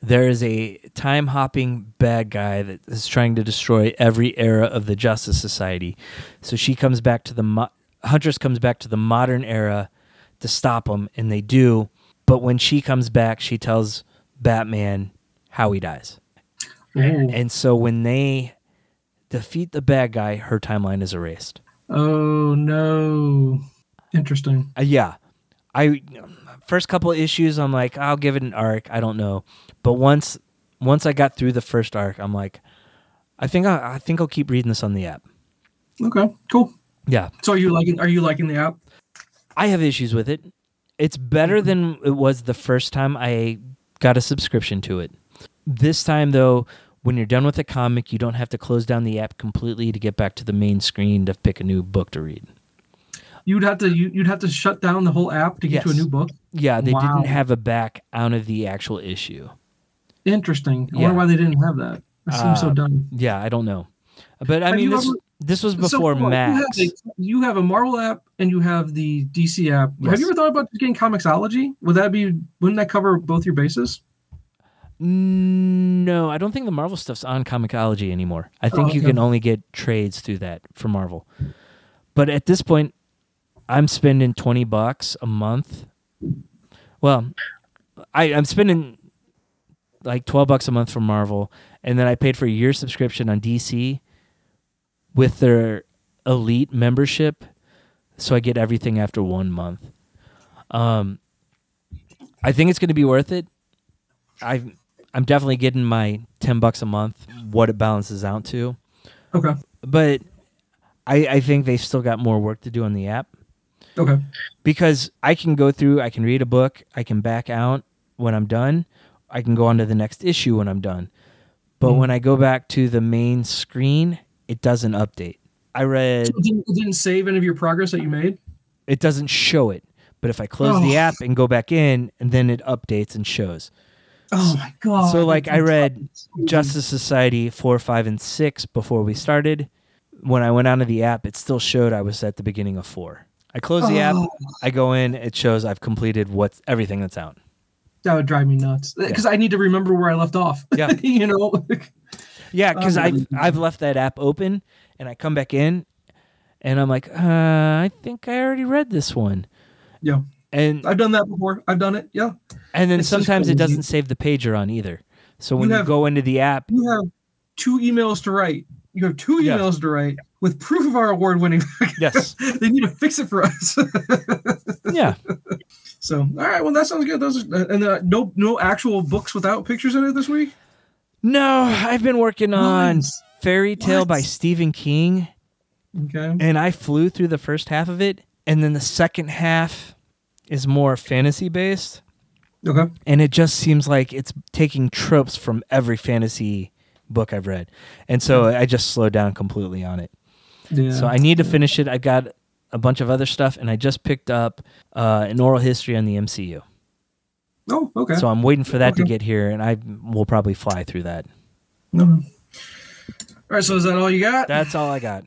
S2: there is a time hopping bad guy that is trying to destroy every era of the Justice Society. So she comes back to the mo- Huntress comes back to the modern era to stop him, and they do. But when she comes back, she tells Batman how he dies.
S1: Ooh.
S2: And so when they defeat the bad guy, her timeline is erased.
S1: Oh no. Interesting.
S2: Uh, yeah, I first couple issues, I'm like, I'll give it an arc. I don't know, but once once I got through the first arc, I'm like, I think I, I think I'll keep reading this on the app.
S1: Okay. Cool.
S2: Yeah,
S1: So are you liking are you liking the app?
S2: I have issues with it. It's better than it was the first time I got a subscription to it. This time though, when you're done with a comic, you don't have to close down the app completely to get back to the main screen to pick a new book to read.
S1: You'd have to you, you'd have to shut down the whole app to get to a
S2: Yes.
S1: new book.
S2: Yeah, they
S1: Wow.
S2: didn't have a back out of the actual issue.
S1: Interesting. I
S2: Yeah.
S1: wonder why they didn't have that. That seems
S2: Uh,
S1: so dumb.
S2: Yeah, I don't know, but I
S1: Have
S2: mean
S1: you
S2: this
S1: ever-
S2: this was
S1: So,
S2: before
S1: you have
S2: Max.
S1: a- You have, a Marvel app and you have the DC app.
S2: Yes.
S1: Have you ever thought about just getting Comixology? Would that be? Wouldn't that cover both your bases?
S2: No, I don't think the Marvel stuff's on Comicology anymore. I think
S1: Oh,
S2: you
S1: okay.
S2: can only get trades through that for Marvel. But at this point, I'm spending 20 bucks a month. Well, I, I'm spending like 12 bucks a month for Marvel. And then I paid for a year subscription on DC with their elite membership. So I get everything after one month. Um, I think it's going to be worth it. I I'm definitely getting my ten bucks a month, what it balances out to.
S1: Okay.
S2: But I I think they've still got more work to do on the app
S1: Okay.
S2: because I can go through, I can read a book, I can back out when I'm done, I can go on to the next issue when I'm done. But
S1: Mhm.
S2: when I go back to the main screen, it doesn't update. I read
S1: So it didn't, it didn't save any of your progress that you made.
S2: it doesn't show it. But if I close
S1: Oh.
S2: the app and go back in, and then it updates and shows.
S1: Oh my god.
S2: so, like, I read
S1: Mhm.
S2: Justice Society 4, 5, and 6 before we started. When I went onto the app, it still showed I was at the beginning of 4. I close the app,
S1: Oh.
S2: I go in, it shows I've completed what's everything that's out.
S1: That would drive me nuts because I need to remember where I left off.
S2: Yeah.
S1: you know.
S2: Yeah,
S1: Oh,
S2: because I've,
S1: Unbelievable.
S2: I've left that app open and I come back in and I'm like, uh, I think I already read this one.
S1: Yeah.
S2: And
S1: I've done that before. I've done it. Yeah.
S2: and then
S1: It's just
S2: sometimes it
S1: crazy.
S2: doesn't save the pager on either. So when
S1: You
S2: you,
S1: have-
S2: go into the app,
S1: You have two emails to write. You have two
S2: Yeah.
S1: emails to write with proof of our award winning.
S2: yes,
S1: they need to fix it for us.
S2: yeah,
S1: so, all right. Well, that sounds good. Those are, and uh, no, no actual books without pictures in it this week.
S2: no, I've been working on
S1: Nice.
S2: Fairy Tale by
S1: What?
S2: Stephen King.
S1: Okay.
S2: and I flew through the first half of it, and then the second half is more fantasy based,
S1: Okay.
S2: and it just seems like it's taking tropes from every fantasy book I've read, and so I just slowed down completely on it.
S1: Hmm. Yeah.
S2: So I need to finish it. I've got a bunch of other stuff, and I just picked up uh, an oral history on the MCU,
S1: oh, okay.
S2: so I'm waiting for that to
S1: Okay.
S2: get here, and I will probably fly through that.
S1: No. All right. So, is that Mm-hmm. all you got?
S2: That's all I got.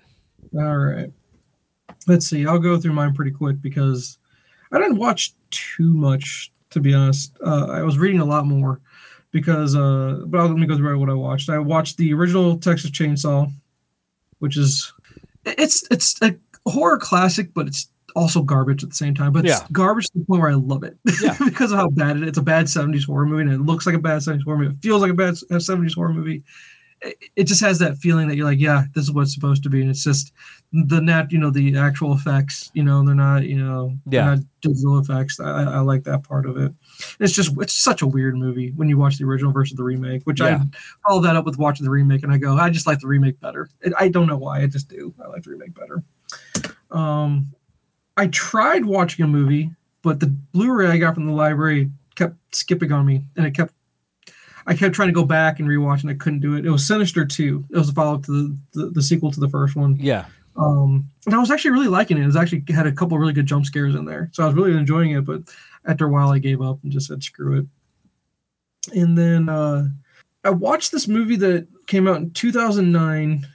S1: All right. Let's see. I'll go through mine pretty quick because I didn't watch too much, to be honest. Uh, I was reading a lot more because, uh, but I'll, let me go through what I watched. I watched the original Texas Chainsaw, which is it's it's a horror classic, but it's also garbage at the same time. But
S2: Yeah.
S1: it's garbage to the point where I love it
S2: Yeah.
S1: because of how bad it is. It's a bad '70s horror movie, and it looks like a bad '70s horror movie. It feels like a bad '70s horror movie. It, it just has that feeling that you're like, yeah, this is what it's supposed to be, and it's just the net you know the actual effects you know they're not you know they're
S2: Yeah.
S1: not digital effects I, I like that part of it it's just it's such a weird movie when you watch the original versus the remake which
S2: Yeah.
S1: i follow that up with watching the remake and i go i just like the remake better And i don't know why i just do i like the remake better um i tried watching a movie but the blu-ray i got from the library kept skipping on me and it kept I kept trying to go back and rewatch, and I couldn't do it. It was Sinister Two. It was a follow-up to the, the, the sequel to the first one
S2: Yeah,
S1: um and i was actually really liking it it was actually had a couple really good jump scares in there so i was really enjoying it but after a while i gave up and just said screw it and then uh i watched this movie that came out in 2009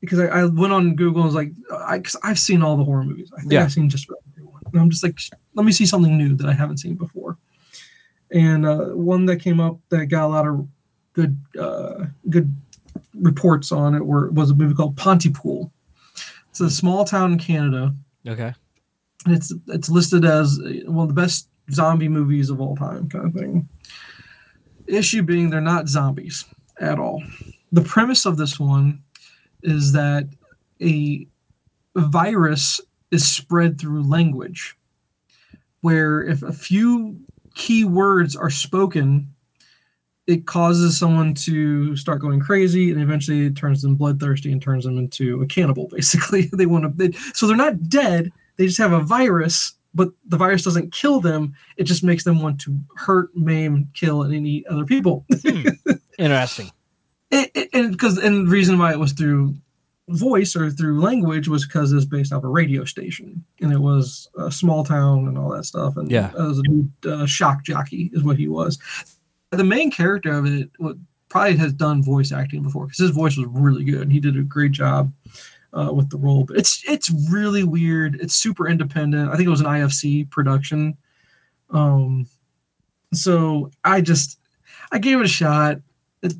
S1: because i, I went on google and was like I, cause i've seen all the horror movies i think
S2: Yeah.
S1: i've seen just about everyone and i'm just like let me see something new that i haven't seen before and uh one that came up that got a lot of good uh good reports on it were was a movie called pontypool it's a small town in Canada,
S2: okay,
S1: and it's it's listed as uh, one of the best zombie movies of all time, kind of thing. Issue being they're not zombies at all. The premise of this one is that a virus is spread through language, where if a few key words are spoken, it causes someone to start going crazy, and eventually it turns them bloodthirsty and turns them into a cannibal. Basically, they want to. They, so they're not dead; they just have a virus. But the virus doesn't kill them; it just makes them want to hurt, maim, kill, and eat other people.
S2: interesting.
S1: it, and because and the reason why it was through voice or through language was because it's based off a radio station and it was a small town and all that stuff and
S2: Yeah.
S1: it was a dude, uh, shock jockey is what he was the main character of it wa- probably has done voice acting before because his voice was really good and he did a great job uh, with the role but it's it's really weird it's super independent i think it was an ifc production um so i just i gave it a shot it,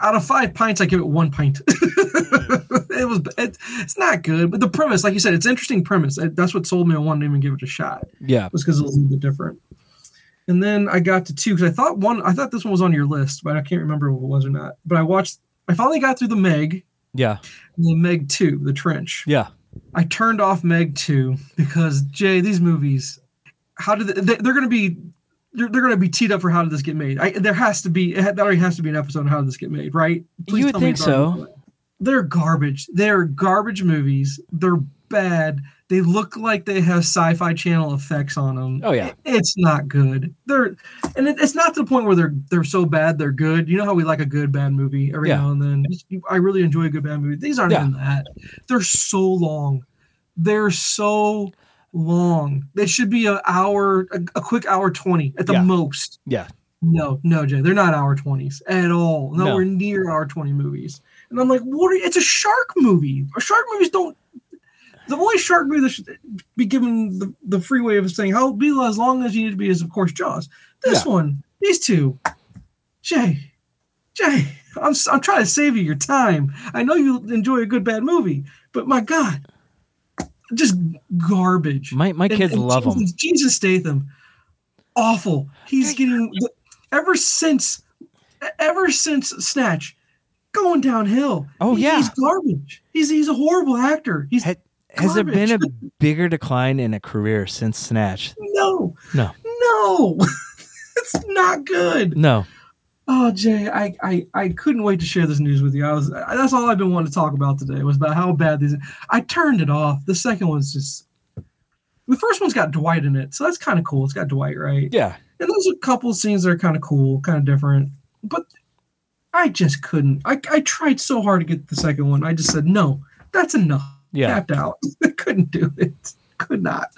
S1: out of five pints i give it one pint it was it, it's not good but the premise like you said it's interesting premise That- that's what sold me i wanted to even give it a shot
S2: Yeah.
S1: was because it was a little bit different and then i got to two because i thought one i thought this one was on your list but i can't remember if it was or not but i watched i finally got through the meg
S2: Yeah.
S1: and the meg 2 the trench
S2: Yeah.
S1: I turned off Meg 2 because Jay, these movies, how did they, they, are going to be they're, they're going to be teed up for how did this get made? I, there has to be it had- there already has to be an episode on how did this get made, right?
S2: You would
S1: tell me
S2: think
S1: it's already
S2: so.
S1: done. They're garbage. They're garbage movies. They're bad. They look like they have sci-fi channel effects on them.
S2: Oh, yeah.
S1: It- it's not good. They're and it, it's not to the point where they're they're so bad they're good. You know how we like a good bad movie every
S2: Yeah.
S1: now and then. I really enjoy a good bad movie. These aren't
S2: Yeah.
S1: even that. They're so long. They're so long. They should be an hour, a, a quick hour twenty at the
S2: Yeah.
S1: most.
S2: Yeah.
S1: No, no, Jay, they're not hour twenties at all.
S2: No.
S1: Nowhere near hour twenty movies. And I'm like, what? Are, you- it's a shark movie. Shark movies don't. The only shark movie that should be given the, the freeway of saying how be as long as you need to be is of course Jaws. This one, these two, Jay, Jay. I'm s- I'm trying to save you your time. I know you enjoy a good bad movie, but my God, just garbage.
S2: My my
S1: And-
S2: kids
S1: and
S2: love them.
S1: Jesus, Jesus Statham, awful. He's
S2: Hey.
S1: getting ever since, e, ever since Snatch, going downhill.
S2: Oh,
S1: He-
S2: yeah.
S1: he's garbage. He's he's a horrible actor. He's
S2: Hey. Has there been a bigger decline in a career since Snatch?
S1: no,
S2: No.
S1: no. it's not good.
S2: No.
S1: Oh, Jay, I, I I couldn't wait to share this news with you. I was I, that's all I've been wanting to talk about today was about how bad these. I turned it off. The second one's just. The first one's got Dwight in it, so that's kind of cool. It's got Dwight, right?
S2: Yeah.
S1: And there's a couple scenes that are kind of cool, kind of different, but I just couldn't. I, I tried so hard to get the second one. I just said, no, that's enough.
S2: Yeah.
S1: Tapped out. I couldn't do it. Could not.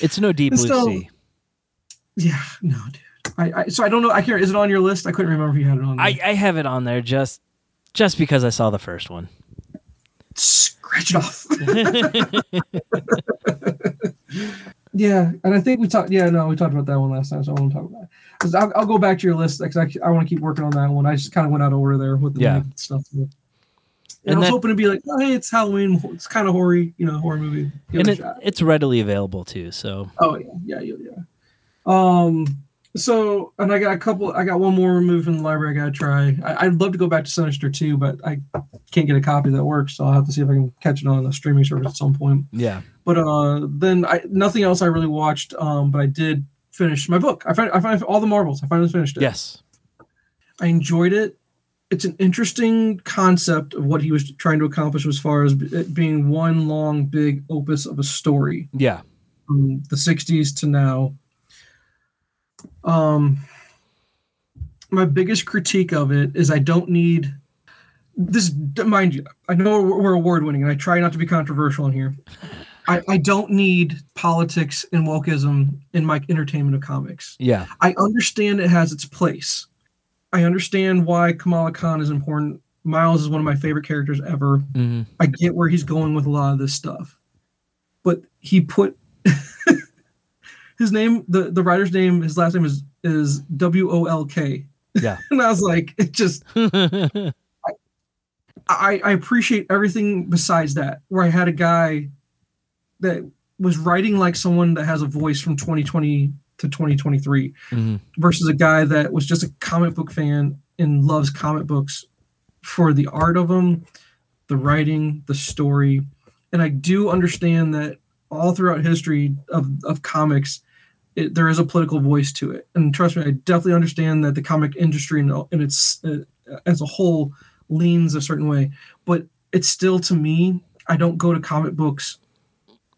S2: It's no deep
S1: And
S2: blue
S1: so-
S2: sea.
S1: Yeah, no, dude. I, I so I don't know. I can't. Is it on your list? I couldn't remember if you had it on. There.
S2: I, I have it on there just just because I saw the first one.
S1: scratch it off. Yeah, and I think we talked. Yeah, no, we talked about that one last time, so I won't talk about it. 'Cause I'll, I'll go back to your list because I, I want to keep working on that one. I just kind of went out of order there with the
S2: Yeah.
S1: naked stuff. And,
S2: And
S1: I was
S2: that-
S1: hoping to be like, oh, hey, it's Halloween. It's kind of horror, you know, horror movie. Give
S2: and
S1: it a
S2: it,
S1: shot.
S2: it's readily available too. So
S1: Oh yeah, yeah, yeah, yeah. Um. So, and I got a couple. I got one more removed from the library. I gotta try. I, I'd love to go back to Sinister too, but I can't get a copy that works. So I'll have to see if I can catch it on a streaming service at some point.
S2: yeah,
S1: But uh, then I nothing else I really watched. Um, but I did finish my book. I fin- I fin- all the Marvels. I finally finished it.
S2: yes,
S1: I enjoyed it. It's an interesting concept of what he was trying to accomplish as far as it being one long big opus of a story
S2: yeah,
S1: from the 60s to now. Um, my biggest critique of it is I don't need this. Mind you, I know we're we're award winning, and I try not to be controversial in here. I, I don't need politics and wokeism in my entertainment of comics.
S2: yeah,
S1: I understand it has its place. I understand why Kamala Khan is important. Miles is one of my favorite characters ever.
S2: hmm
S1: I get where he's going with a lot of this stuff, but he put his name the the writer's name his last name is is W O L K.
S2: Yeah.
S1: and I was like, it just
S2: Mm-hmm.
S1: I I appreciate everything besides that. Where I had a guy that was writing like someone that has a voice from 2020 to 2023
S2: Mhm.
S1: versus a guy that was just a comic book fan and loves comic books for the art of them, the writing, the story. And I do understand that all throughout history of, of comics, it, there is a political voice to it. And trust me, I definitely understand that the comic industry in, in its uh, as a whole leans a certain way, but it's still to me, I don't go to comic books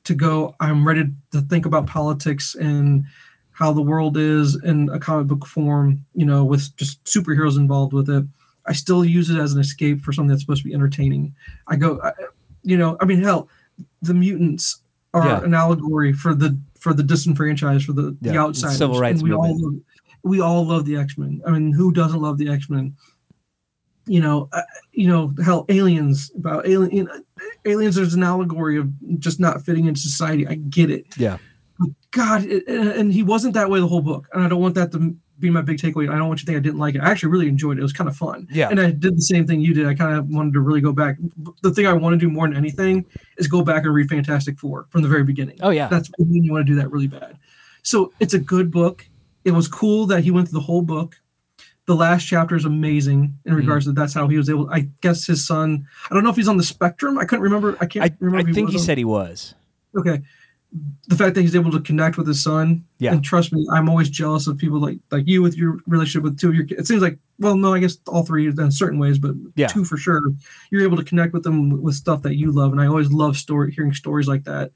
S1: to go, I'm ready to think about politics and how the world is in a comic book form, you know, with just superheroes involved with it. I still use it as an escape for something that's supposed to be entertaining. I go, I, you know, I mean, hell, the mutants are
S2: Yeah.
S1: an allegory for the for the disenfranchised, for the, the
S2: Yeah,
S1: outsiders.
S2: civil rights
S1: and we all
S2: movement.
S1: love, we all love the X Men. I mean, who doesn't love the X Men? You know, uh, you know, hell, aliens about alien aliens is an allegory of just not fitting in society. I get it.
S2: Yeah.
S1: But God, it, and and he wasn't that way the whole book, and I don't want that to be my big takeaway. I don't want you to think I didn't like it. I actually really enjoyed it. It was kind of fun.
S2: Yeah.
S1: And I did the same thing you did. I kind of wanted to really go back. The thing I want to do more than anything is go back and read Fantastic Four from the very beginning.
S2: Oh yeah.
S1: That's I mean, you want to do that really bad. So it's a good book. It was cool that he went through the whole book. The last chapter is amazing
S2: Mm-hmm.
S1: in regards to that's how he was able. I guess his son. I don't know if he's on the spectrum. I couldn't remember. I can't
S2: I,
S1: remember.
S2: I
S1: if
S2: think
S1: was
S2: he
S1: on-
S2: said he was.
S1: okay. The fact that he's able to connect with his son.
S2: Yeah.
S1: And trust me, I'm always jealous of people like like you with your relationship with two of your. ki- It seems like well, no, I guess all three in certain ways, but
S2: Yeah.
S1: two for sure. You're able to connect with them with- with stuff that you love, and I always love story hearing stories like that.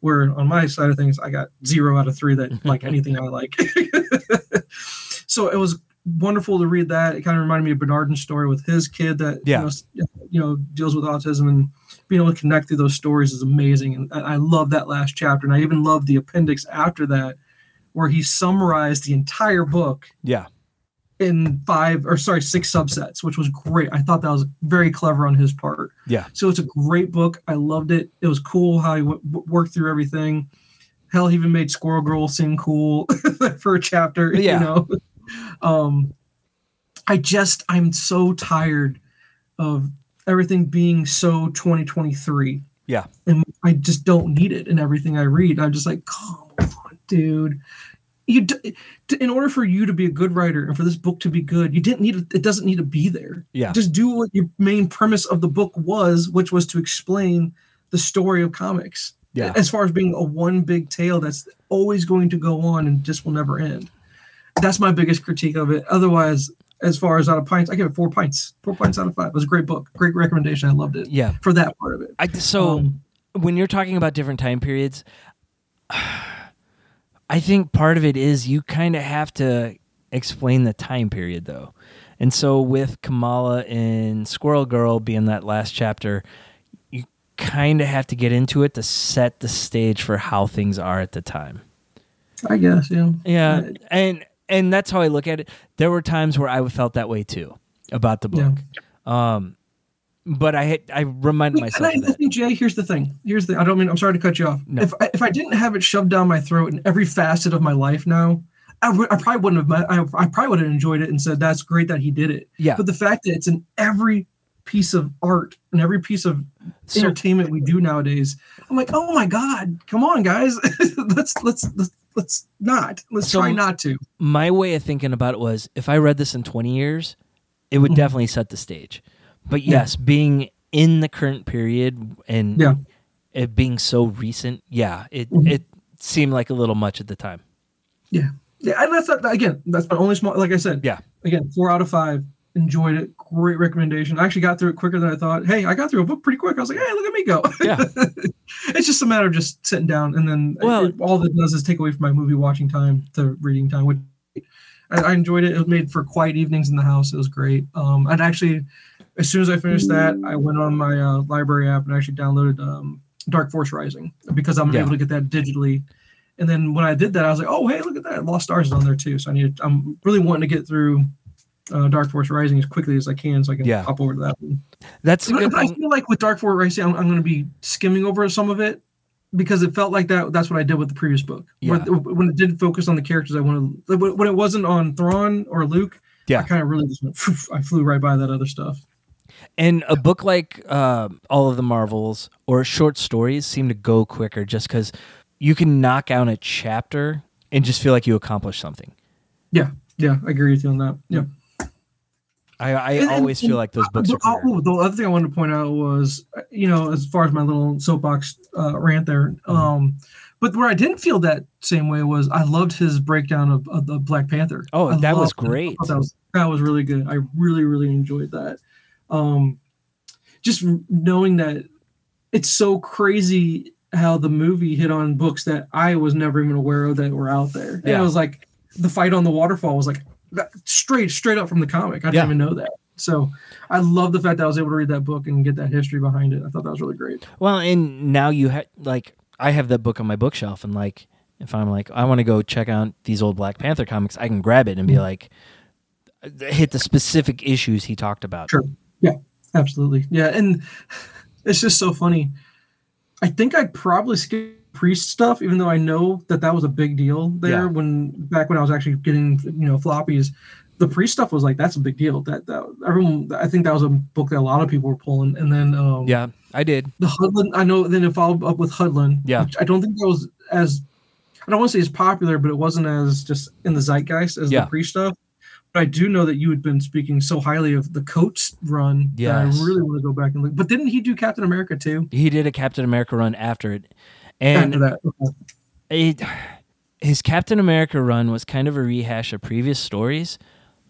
S1: Where on my side of things, I got zero out of three that like anything I like. so it was wonderful to read that. It kind of reminded me of Bernardin's story with his kid that
S2: Yeah.
S1: you know, s- you know deals with autism and being able to connect through those stories is amazing. And I I love that last chapter. And I even love the appendix after that, where he summarized the entire book
S2: Yeah.
S1: in five or sorry, six subsets, which was great. I thought that was very clever on his part.
S2: Yeah.
S1: So it's a great book. I loved it. It was cool how he w- worked through everything. Hell, he even made Squirrel Girl seem cool for a chapter.
S2: Yeah.
S1: You know, um, I just I'm so tired of everything being so 2023.
S2: Yeah.
S1: And I just don't need it in everything I read. I'm just like, come on, dude. You d- t- in order for you to be a good writer and for this book to be good, you didn't need it. It doesn't need to be there.
S2: Yeah.
S1: Just do what your main premise of the book was, which was to explain the story of comics.
S2: Yeah.
S1: As far as being a one big tale that's always going to go on and just will never end. That's my biggest critique of it. Otherwise, as far as out of pints, I give it four pints. Four pints out of five. It was a great book. Great recommendation. I loved it
S2: Yeah.
S1: for that part of it.
S2: I so
S1: Um,
S2: when you're talking about different time periods, I think part of it is you kind of have to explain the time period though. And so with Kamala and Squirrel Girl being that last chapter, you kind of have to get into it to set the stage for how things are at the time.
S1: I guess, yeah.
S2: Yeah,
S1: Uh,
S2: and and that's how I look at it. There were times where I felt that way too about the
S1: Yeah.
S2: book, um, but I had, I reminded
S1: And I,
S2: myself of
S1: I
S2: that.
S1: think Jay, here's the thing. Here's the. I don't mean. I'm sorry to cut you off.
S2: No.
S1: If I, if I didn't have it shoved down my throat in every facet of my life now, I would- I probably wouldn't have. I, I probably would have enjoyed it and said that's great that he did it.
S2: Yeah,
S1: But the fact that it's in every piece of art and every piece of
S2: so
S1: entertainment we do nowadays, I'm like, oh my god, come on, guys, let's let's let's, let's not. Let's
S2: So-
S1: try not to.
S2: my way of thinking about it was if I read this in twenty years, it would
S1: Mhm.
S2: definitely set the stage. But
S1: Yeah.
S2: yes, being in the current period and
S1: Yeah.
S2: it being so recent, yeah, it
S1: Mhm.
S2: it seemed like a little much at the time.
S1: Yeah, and that's not, again, that's my only small. Like I said,
S2: Yeah.
S1: Again, four out of five. Enjoyed it. Great recommendation. I actually got through it quicker than I thought. Hey, I got through a book pretty quick. I was like, hey, look at me go.
S2: Yeah.
S1: it's just a matter of just sitting down and then
S2: Well-
S1: it- all that does is take away from my movie watching time to reading time. Which I, I enjoyed it. It was made for quiet evenings in the house. It was great. Um, and actually, as soon as I finished that, I went on my uh, library app and actually downloaded um, Dark Force Rising because I'm
S2: Yeah.
S1: able to get that digitally. And then when I did that, I was like, "Oh, hey, look at that! Lost Stars is on there too." So I need. To, I'm really wanting to get through uh, Dark Force Rising as quickly as I can, so I can
S2: Yeah.
S1: hop over to that one.
S2: That's a
S1: But
S2: good
S1: I
S2: thing.
S1: feel like with Dark Force Rising, I'm, I'm going to be skimming over some of it because it felt like that. That's what I did with the previous book. Where-
S2: Yeah.
S1: when it did focus on the characters, I wanted when when it wasn't on Thrawn or Luke.
S2: Yeah.
S1: I kind of really just went. phew, I flew right by that other stuff.
S2: And a book like uh, all of the Marvels or short stories seem to go quicker just because you can knock out a chapter and just feel like you accomplished something.
S1: Yeah, yeah, I agree with you on that. Yeah.
S2: I, I
S1: And- and-
S2: always feel like those books are
S1: The, oh,
S2: quicker.
S1: the other thing I wanted to point out was, uh, you know, as far as my little soapbox uh, rant there,
S2: Mm-hmm.
S1: um, but where I didn't feel that same way was I loved his breakdown of, of the Black Panther.
S2: Oh,
S1: I
S2: that was
S1: loved- I
S2: great.
S1: thought That was that was really good. I really really enjoyed that. Um, just knowing that it's so crazy how the movie hit on books that I was never even aware of that were out there. And
S2: Yeah.
S1: it was like the fight on the waterfall was like that, straight straight up from the comic. I
S2: Yeah.
S1: didn't even know that. So I love the fact that I was able to read that book and get that history behind it. I thought that was really great.
S2: Well, and now you have like I have that book on my bookshelf, and like if I'm like I want to go check out these old Black Panther comics, I can grab it and
S1: Mm-hmm.
S2: be like, uh, hit the specific issues he talked about.
S1: Sure. Yeah. Absolutely. Yeah. And it's just so funny. I think I probably skipped priest stuff, even though I know that that was a big deal there
S2: Yeah.
S1: when back when I was actually getting you know floppies. The priest stuff was like that's a big deal. That that everyone I think that was a book that a lot of people were pulling. And then um,
S2: Yeah, I did.
S1: the Hudlin I know then it followed up with Hudlin.
S2: Yeah.
S1: which I don't think that was as I don't want to say as popular, but it wasn't as just in the zeitgeist as
S2: Yeah.
S1: the priest stuff. But I do know that you had been speaking so highly of the Coates run. Yeah, I
S2: Yes.
S1: really want to go back and look. But didn't he do Captain America too?
S2: He did a Captain America run after it, and
S1: After that, Okay.
S2: it, his Captain America run was kind of a rehash of previous stories,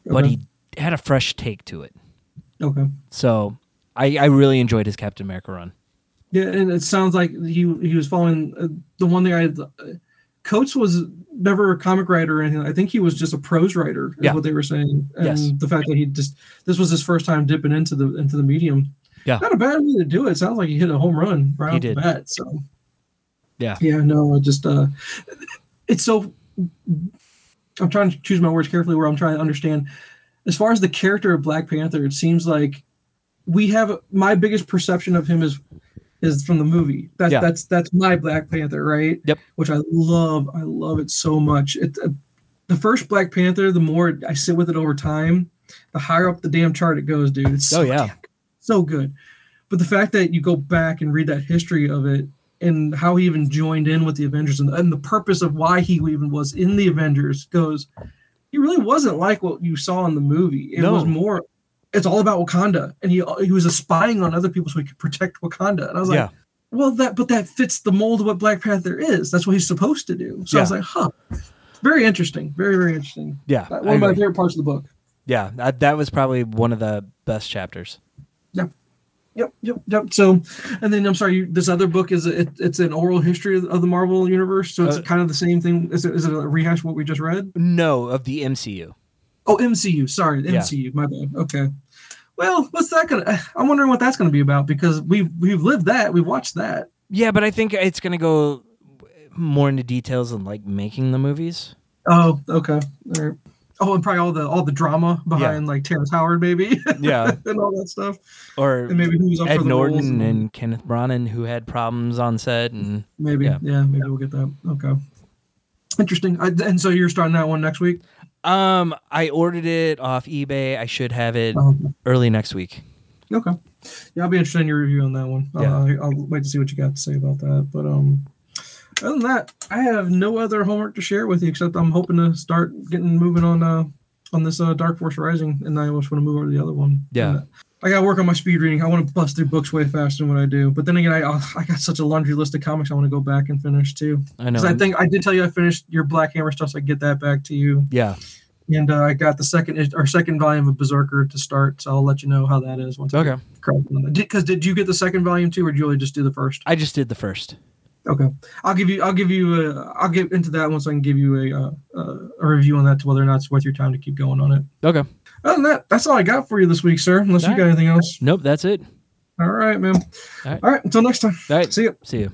S2: but
S1: Okay.
S2: he had a fresh take to it.
S1: okay.
S2: So I, I really enjoyed his Captain America run.
S1: Yeah, and it sounds like he he was following uh, the one thing I uh, Coates was never a comic writer or anything. I think he was just a prose writer, is
S2: Yeah.
S1: what they were saying. And
S2: Yes.
S1: the fact that he just this was his first time dipping into the into the medium.
S2: Yeah.
S1: Not a bad way to do it. Sounds like he hit a home run right
S2: He
S1: off
S2: did.
S1: the bat. So
S2: Yeah.
S1: Yeah, no, I just uh it's so I'm trying to choose my words carefully where I'm trying to understand. As far as the character of Black Panther, it seems like we have my biggest perception of him is is from the movie. That's
S2: Yeah.
S1: that's that's my Black Panther, right?
S2: Yep.
S1: Which I love. I love it so much. It, uh, the first Black Panther, the more I sit with it over time, the higher up the damn chart it goes, dude. It's so
S2: Oh yeah,
S1: so good. But the fact that you go back and read that history of it and how he even joined in with the Avengers and, and the purpose of why he even was in the Avengers goes, he really wasn't like what you saw in the movie. It
S2: No.
S1: was more, it's all about Wakanda. And he, he was spying on other people so he could protect Wakanda. And I was like,
S2: yeah.
S1: well, that, but that fits the mold of what Black Panther is. That's what he's supposed to do. So I was
S2: Yeah.
S1: like, huh. Very interesting. Very, very interesting. Uh,
S2: Yeah,
S1: One
S2: I
S1: of my
S2: agree.
S1: favorite parts of the book.
S2: yeah. That, that was probably one of the best chapters.
S1: Yep, yep, yep. So, and then I'm sorry, you, this other book is it, it's an oral history of, of the Marvel universe, so it's
S2: Uh,
S1: kind of the same thing. Is it, is it a rehash of what we just read?
S2: No, of the MCU.
S1: Oh, MCU. Sorry,
S2: Yeah.
S1: MCU. My bad. Okay. Well, what's that gonna? I'm wondering what that's gonna be about because we've we've lived that, we watched that.
S2: Yeah, but I think it's gonna go more into details and like making the movies.
S1: Oh, okay. All right. Oh, and probably all the all the drama behind like Terrence Howard, maybe,
S2: Yeah,
S1: and all that stuff,
S2: or
S1: and maybe who's up
S2: Ed
S1: for the roles
S2: Norton and Kenneth Branagh who had problems on set, and
S1: maybe,
S2: yeah.
S1: yeah. maybe we'll get that. Okay. Interesting. I, and so you're starting that one next week.
S2: um, I ordered it off eBay. I should have it
S1: Oh,
S2: early next week.
S1: Okay. Yeah, I'll be interested in your review on that one.
S2: Yeah.
S1: Uh, I'll wait to see what you got to say about that. But um, other than that, I have no other homework to share with you except I'm hoping to start getting moving on uh on this uh, Dark Force Rising, and I just want to move over to the other one.
S2: Yeah.
S1: And uh, I gotta work on my speed reading. I want to bust through books way faster than what I do. But then again, I uh, I got such a laundry list of comics I want to go back and finish too.
S2: I know.
S1: Because I think I did tell you I finished your Black Hammer stuff, so I get that back to you.
S2: yeah.
S1: And uh, I got the second is- or second volume of Berserker to start, so I'll let you know how that is once. I
S2: Okay.
S1: Correct. Because did you get the second volume too, or did you only just do the first?
S2: I just did the first.
S1: Okay, I'll give you. I'll give you. A, I'll get into that once I can give you a uh, uh, a review on that to whether or not it's worth your time to keep going on it.
S2: Okay.
S1: Other than that, that's all I got for you this week, sir. Unless you
S2: All
S1: got anything else.
S2: Nope. That's it.
S1: All right, man.
S2: All right.
S1: All right. Until next time.
S2: All right.
S1: See you.
S2: See you.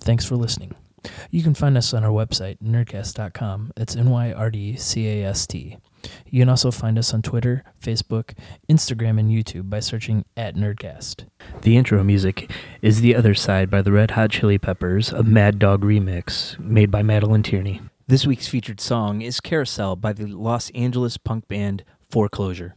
S3: Thanks for listening. You can find us on our website, nerdcast.com. It's N Y R D C A S T. You can also find us on Twitter, Facebook, Instagram, and YouTube by searching at Nerdcast. The intro music is The Other Side by the Red Hot Chili Peppers, a Mad Dog remix made by Madeline Tierney.
S2: This week's featured song is Carousel by the Los Angeles punk band Foreclosure.